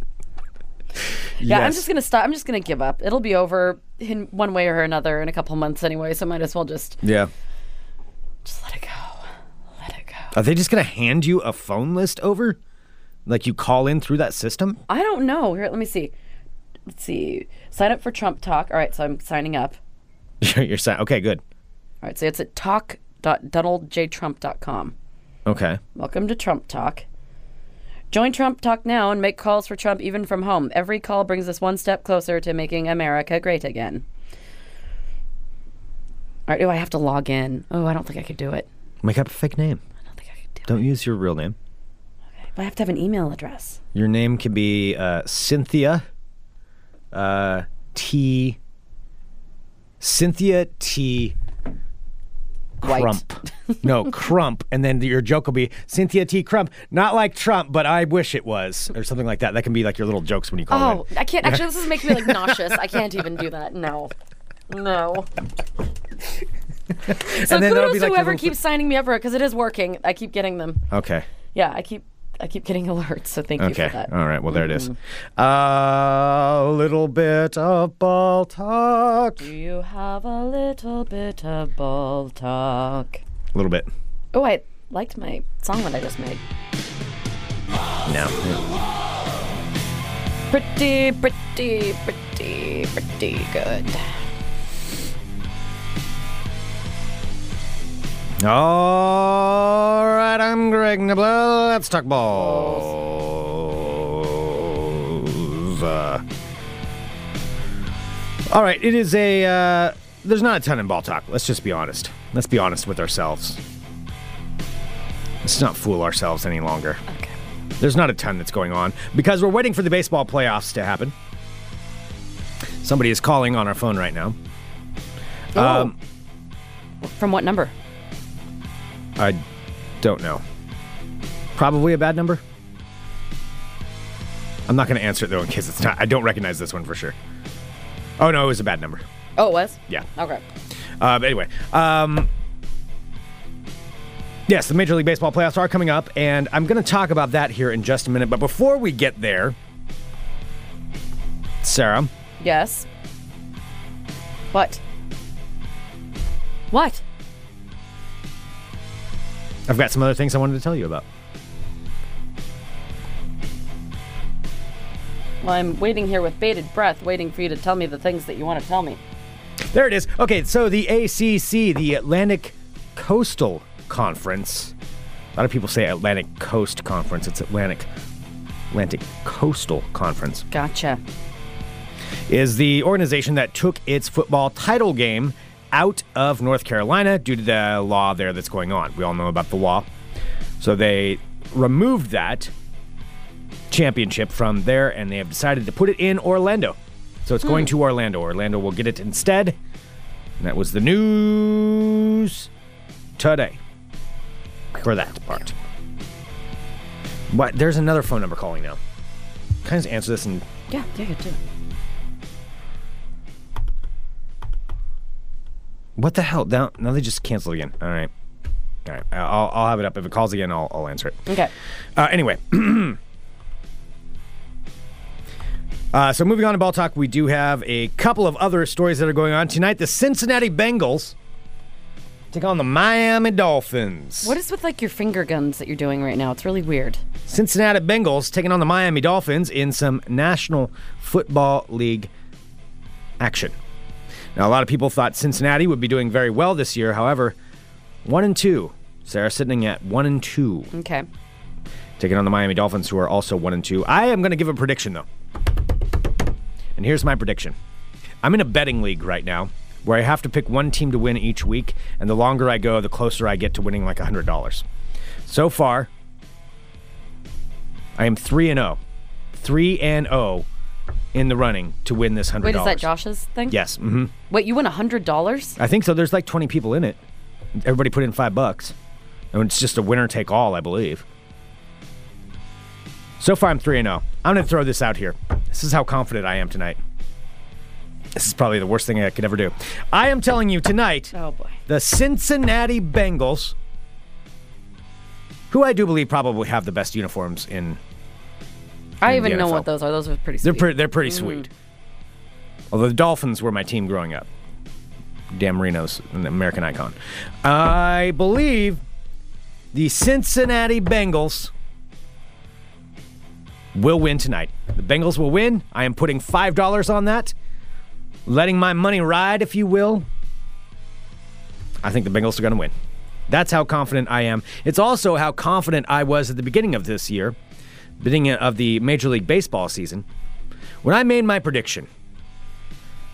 [SPEAKER 6] yes.
[SPEAKER 5] Yeah, I'm just gonna stop. I'm just gonna give up. It'll be over in one way or another in a couple months anyway. So might as well just
[SPEAKER 6] Yeah.
[SPEAKER 5] just let it go. Let it go.
[SPEAKER 6] Are they just gonna hand you a phone list over? Like you call in through that system? (laughs)
[SPEAKER 5] I don't know. Here, let me see. Let's see. Sign up for Trump talk. All right, so I'm signing up.
[SPEAKER 6] You're saying okay, good.
[SPEAKER 5] All right, so it's at talk.donaldjtrump.com.
[SPEAKER 6] Okay.
[SPEAKER 5] Welcome to Trump Talk. Join Trump Talk now and make calls for Trump even from home. Every call brings us one step closer to making America great again. All right, do I have to log in? Oh, I don't think I could do it.
[SPEAKER 6] Make up a fake name.
[SPEAKER 5] I don't think I could do
[SPEAKER 6] Don't use your real name.
[SPEAKER 5] it. But I have to have an email address.
[SPEAKER 6] Your name could be uh, Cynthia uh, T Cynthia T.
[SPEAKER 5] White.
[SPEAKER 6] Crump.
[SPEAKER 5] (laughs)
[SPEAKER 6] no, Crump. And then your joke will be Cynthia T. Crump. Not like Trump, but I wish it was, or something like that. That can be like your little jokes when you call
[SPEAKER 5] Oh,
[SPEAKER 6] in.
[SPEAKER 5] I can't. Actually, this is
[SPEAKER 6] (laughs)
[SPEAKER 5] making me like nauseous. I can't even do that. No. No. So
[SPEAKER 6] then there'll
[SPEAKER 5] kudos
[SPEAKER 6] be,
[SPEAKER 5] to
[SPEAKER 6] like, a
[SPEAKER 5] whoever
[SPEAKER 6] little-
[SPEAKER 5] keeps signing me up for it because it is working. I keep getting them.
[SPEAKER 6] Okay.
[SPEAKER 5] Yeah, I keep I keep getting (laughs) alerts. So thank you for
[SPEAKER 6] Okay.
[SPEAKER 5] that. Mm-hmm.
[SPEAKER 6] All right. Well, there it is. A little bit of ball talk.
[SPEAKER 5] Do you have a little bit of ball talk?
[SPEAKER 6] A little bit.
[SPEAKER 5] Oh, I liked my song that I just made.
[SPEAKER 6] No.
[SPEAKER 5] Pretty, pretty, pretty, pretty good.
[SPEAKER 6] All right. I'm Greg Nibbler. Let's talk balls. Uh, all right. It is a. Uh, there's not a ton in ball talk. Let's just be honest. Let's be honest with ourselves. Let's not fool ourselves any longer.
[SPEAKER 5] Okay.
[SPEAKER 6] There's not a ton that's going on because we're waiting for the baseball playoffs to happen. Somebody is calling on our phone right now. Um,
[SPEAKER 5] From what number?
[SPEAKER 6] I don't know. Probably a bad number. I'm not going to answer it though in case it's not. I don't recognize this one for sure. Oh no, it was a bad number.
[SPEAKER 5] Oh, it was?
[SPEAKER 6] Yeah.
[SPEAKER 5] Okay.
[SPEAKER 6] Uh, but anyway, um, yes, the Major League Baseball playoffs are coming up, and I'm going to talk about that here in just a minute. But before we get there, Sarah,
[SPEAKER 5] Yes. What? What?
[SPEAKER 6] I've got some other things I wanted to tell you about.
[SPEAKER 5] Well, I'm waiting here with bated breath, waiting for you to tell me the things that you want to tell me.
[SPEAKER 6] There it is. Okay, so the ACC, the Atlantic Coastal Conference. A lot of people say Atlantic Coast Conference. It's Atlantic Atlantic Coastal Conference.
[SPEAKER 5] Gotcha.
[SPEAKER 6] is the organization that took its football title game out of North Carolina due to the law there that's going on. We all know about the law. So they removed that championship from there and they have decided to put it in Orlando. So it's going to Orlando. Orlando will get it instead. And that was the news today for that part. But there's another phone number calling now. Can I just answer this and
[SPEAKER 5] Yeah, yeah, you do.
[SPEAKER 6] What the hell? Now, now they just canceled again. All right. All right. I'll, I'll have it up. If it calls again, I'll, I'll answer it.
[SPEAKER 5] Okay.
[SPEAKER 6] Uh, anyway. (clears throat) uh, so moving on to ball talk, we do have a couple of other stories that are going on tonight. The Cincinnati Bengals take on the Miami Dolphins.
[SPEAKER 5] What is with like your finger guns that you're doing right now? It's really weird.
[SPEAKER 6] Cincinnati Bengals taking on the Miami Dolphins in some National Football League action. Now, a lot of people thought Cincinnati would be doing very well this year. However, one and two, Sarah sitting at one and two,
[SPEAKER 5] Okay.
[SPEAKER 6] taking on the Miami Dolphins, who are also one and two. I am going to give a prediction though, and here's my prediction: I'm in a betting league right now where I have to pick one team to win each week, and the longer I go, the closer I get to winning like hundred dollars. So far, I am 3 and 0. 3 and 0 in the running to win this $100.
[SPEAKER 5] Wait, is that Josh's thing?
[SPEAKER 6] Yes. hmm
[SPEAKER 5] Wait, you won hundred dollars?
[SPEAKER 6] I think so. There's like 20 people in it. Everybody put in 5 bucks. And it's just a winner take all, I believe. So far I'm 3 and 0. I'm going to throw this out here. This is how confident I am tonight. This is probably the worst thing I could ever do. I am telling you tonight,
[SPEAKER 5] Oh boy.
[SPEAKER 6] the Cincinnati Bengals, who I do believe probably have the best uniforms in
[SPEAKER 5] I
[SPEAKER 6] In the
[SPEAKER 5] even know
[SPEAKER 6] NFL.
[SPEAKER 5] what those are. Those are pretty.
[SPEAKER 6] They're
[SPEAKER 5] sweet.
[SPEAKER 6] pretty. They're pretty sweet. Although the Dolphins were my team growing up. Dan Marino's an American icon. I believe the Cincinnati Bengals will win tonight. The Bengals will win. I am putting five dollars on that, letting my money ride, if you will. I think the Bengals are going to win. That's how confident I am. It's also how confident I was at the beginning of this year, beginning of the Major League Baseball season, when I made my prediction.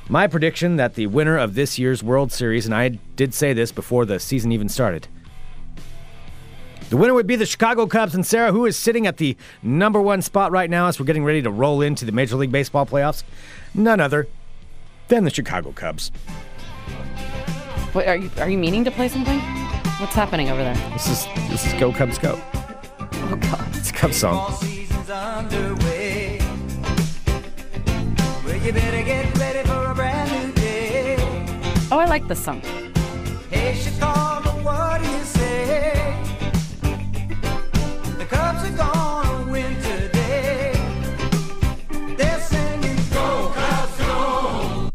[SPEAKER 6] My prediction that the winner of this year's World Series, and I did say this before the season even started, the winner would be the Chicago Cubs. And Sarah, who is sitting at the number one spot right now as we're getting ready to roll into the Major League Baseball playoffs? None other than the Chicago Cubs.
[SPEAKER 5] What, are you are you meaning to play something? What's happening over there?
[SPEAKER 6] This is this is Go Cubs Go.
[SPEAKER 5] Oh God.
[SPEAKER 6] It's a Cubs song.
[SPEAKER 7] season's underway. Well, you better get ready for a brand new day.
[SPEAKER 5] Oh, I like this song.
[SPEAKER 7] Hey, Chicago, what do you say? The Cubs are gonna win today. They're singing, Go Cubs, go!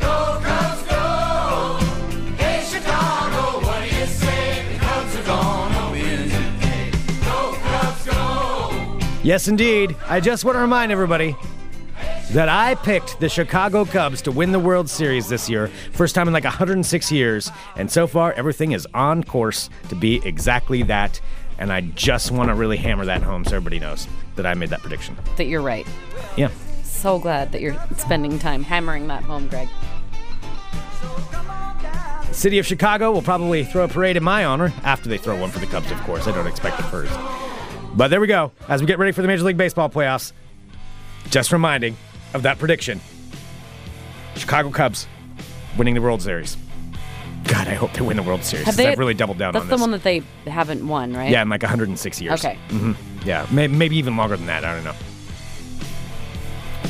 [SPEAKER 7] Go Cubs, go! Hey, Chicago, what do you say? The Cubs are gonna win today. Go Cubs, go!
[SPEAKER 6] Yes, indeed. I just want to remind everybody that I picked the Chicago Cubs to win the World Series this year, first time in like 106 years, and so far everything is on course to be exactly that. And I just want to really hammer that home so everybody knows that I made that prediction.
[SPEAKER 5] That you're right.
[SPEAKER 6] Yeah.
[SPEAKER 5] So glad that you're spending time hammering that home, Greg.
[SPEAKER 6] City of Chicago will probably throw a parade in my honor after they throw one for the Cubs, of course. I don't expect it first. But there we go. As we get ready for the Major League Baseball playoffs, just reminding of that prediction Chicago Cubs winning the World Series. God, I hope they win the World Series.
[SPEAKER 5] Have
[SPEAKER 6] 'cause I've really doubled down
[SPEAKER 5] That's
[SPEAKER 6] on
[SPEAKER 5] the
[SPEAKER 6] this.
[SPEAKER 5] one that they haven't won, right?
[SPEAKER 6] yeah, in like 106 years. Mm-hmm.
[SPEAKER 5] Okay.
[SPEAKER 6] Yeah, may- maybe even longer than that. I don't know.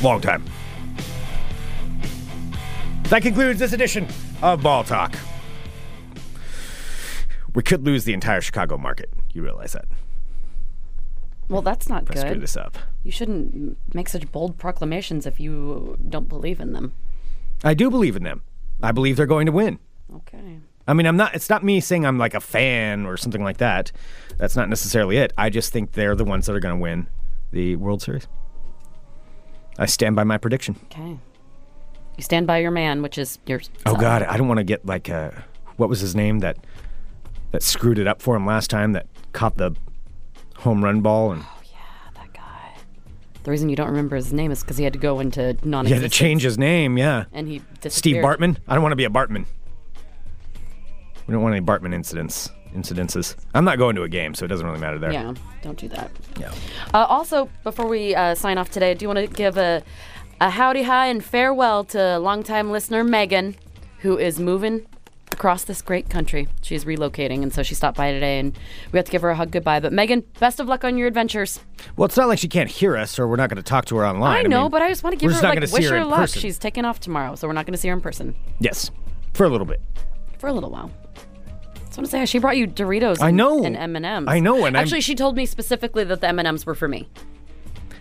[SPEAKER 6] Long time. That concludes this edition of Ball Talk. We could lose the entire Chicago market. You realize that?
[SPEAKER 5] Well, that's not
[SPEAKER 6] If I screw
[SPEAKER 5] good.
[SPEAKER 6] this up.
[SPEAKER 5] You shouldn't m- make such bold proclamations if you don't believe in them.
[SPEAKER 6] I do believe in them. I believe they're going to win.
[SPEAKER 5] Okay.
[SPEAKER 6] I mean, I'm not. It's not me saying I'm like a fan or something like that. That's not necessarily it. I just think they're the ones that are going to win the World Series. I stand by my prediction.
[SPEAKER 5] Okay. You stand by your man, which is your.
[SPEAKER 6] Oh
[SPEAKER 5] son.
[SPEAKER 6] God, I don't want to get like uh what was his name that that screwed it up for him last time that caught the home run ball and
[SPEAKER 5] That guy. The reason you don't remember his name is because he had to go into non.
[SPEAKER 6] he had to change his name. Yeah,
[SPEAKER 5] And he
[SPEAKER 6] Steve
[SPEAKER 5] disappeared.
[SPEAKER 6] Bartman. I don't want to be a Bartman. We don't want any Bartman incidents incidences. I'm not going to a game, so it doesn't really matter there.
[SPEAKER 5] Yeah, don't do that.
[SPEAKER 6] Yeah.
[SPEAKER 5] Uh, also, before we uh, sign off today, I do want to give a, a howdy hi and farewell to longtime listener Megan, who is moving across this great country. She's relocating, and so she stopped by today, and we have to give her a hug goodbye. But Megan, best of luck on your adventures.
[SPEAKER 6] Well, it's not like she can't hear us, or we're not going to talk to her online.
[SPEAKER 5] I know,
[SPEAKER 6] mean,
[SPEAKER 5] but I just want to
[SPEAKER 6] we're
[SPEAKER 5] give
[SPEAKER 6] just
[SPEAKER 5] her
[SPEAKER 6] not gonna
[SPEAKER 5] like
[SPEAKER 6] see
[SPEAKER 5] wish
[SPEAKER 6] her
[SPEAKER 5] her,
[SPEAKER 6] in
[SPEAKER 5] luck.
[SPEAKER 6] person.
[SPEAKER 5] She's taking off tomorrow, so we're not going to see her in person
[SPEAKER 6] yes, for a little bit.
[SPEAKER 5] for a little while. So I want to say she brought you Doritos.
[SPEAKER 6] I
[SPEAKER 5] and-
[SPEAKER 6] know.
[SPEAKER 5] and M and M's.
[SPEAKER 6] I know, and I'm-
[SPEAKER 5] actually, she told me specifically that the M and M's were for me.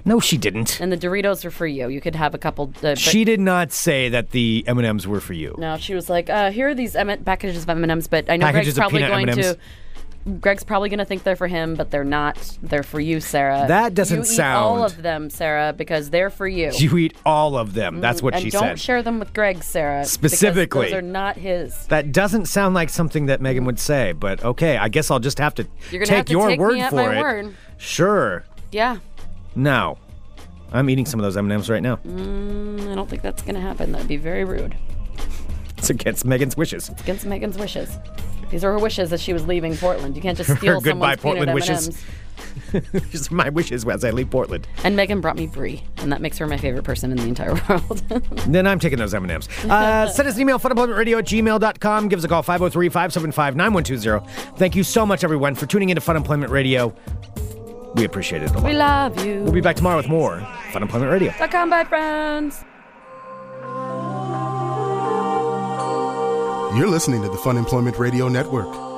[SPEAKER 6] No, she didn't.
[SPEAKER 5] and the Doritos are for you. You could have a couple. Uh, but-
[SPEAKER 6] she did not say that the M and M's were for you.
[SPEAKER 5] No, she was like, uh, "Here are these M- packages of M and M's, but I know
[SPEAKER 6] Packages
[SPEAKER 5] Greg's
[SPEAKER 6] of
[SPEAKER 5] probably
[SPEAKER 6] peanut
[SPEAKER 5] going
[SPEAKER 6] M&Ms.
[SPEAKER 5] to. Greg's probably going to think they're for him, but they're not. They're for you, Sarah.
[SPEAKER 6] That doesn't
[SPEAKER 5] you Eat all
[SPEAKER 6] sound-
[SPEAKER 5] of them, Sarah, because they're for you.
[SPEAKER 6] You eat all of them. That's what
[SPEAKER 5] Mm, and
[SPEAKER 6] she
[SPEAKER 5] don't
[SPEAKER 6] said.
[SPEAKER 5] share them with Greg, Sarah. because
[SPEAKER 6] Specifically.
[SPEAKER 5] those are not his.
[SPEAKER 6] that doesn't sound like something that Megan would say, but okay, I guess I'll just have to
[SPEAKER 5] You're
[SPEAKER 6] take
[SPEAKER 5] gonna have to
[SPEAKER 6] your
[SPEAKER 5] take
[SPEAKER 6] word
[SPEAKER 5] me at
[SPEAKER 6] for
[SPEAKER 5] my
[SPEAKER 6] it.
[SPEAKER 5] word.
[SPEAKER 6] Sure.
[SPEAKER 5] Yeah,
[SPEAKER 6] Now, I'm eating some of those M&Ms right now.
[SPEAKER 5] Mm, I don't think that's going to happen. That'd be very rude.
[SPEAKER 6] It's against Megan's wishes. (laughs)
[SPEAKER 5] It's against Megan's wishes. These are her wishes as she was leaving Portland. You
[SPEAKER 6] (laughs)
[SPEAKER 5] can't just steal
[SPEAKER 6] goodbye,
[SPEAKER 5] someone's peanut
[SPEAKER 6] Portland wishes.
[SPEAKER 5] M&Ms.
[SPEAKER 6] These are my wishes as I leave Portland.
[SPEAKER 5] And Megan brought me brie, and that makes her my favorite person in the entire (laughs) world.
[SPEAKER 6] Then I'm taking those M&Ms.
[SPEAKER 5] (laughs)
[SPEAKER 6] Uh, send us an email, funemploymentradio at gmail.com. Give us a call, 503-575-9120. Thank you so much, everyone, for tuning into Fun Employment Radio. We appreciate it a lot.
[SPEAKER 5] We love you.
[SPEAKER 6] We'll be back tomorrow with more Fun Employment Radio.
[SPEAKER 5] So come by, friends.
[SPEAKER 1] You're listening to the Fun Employment Radio Network.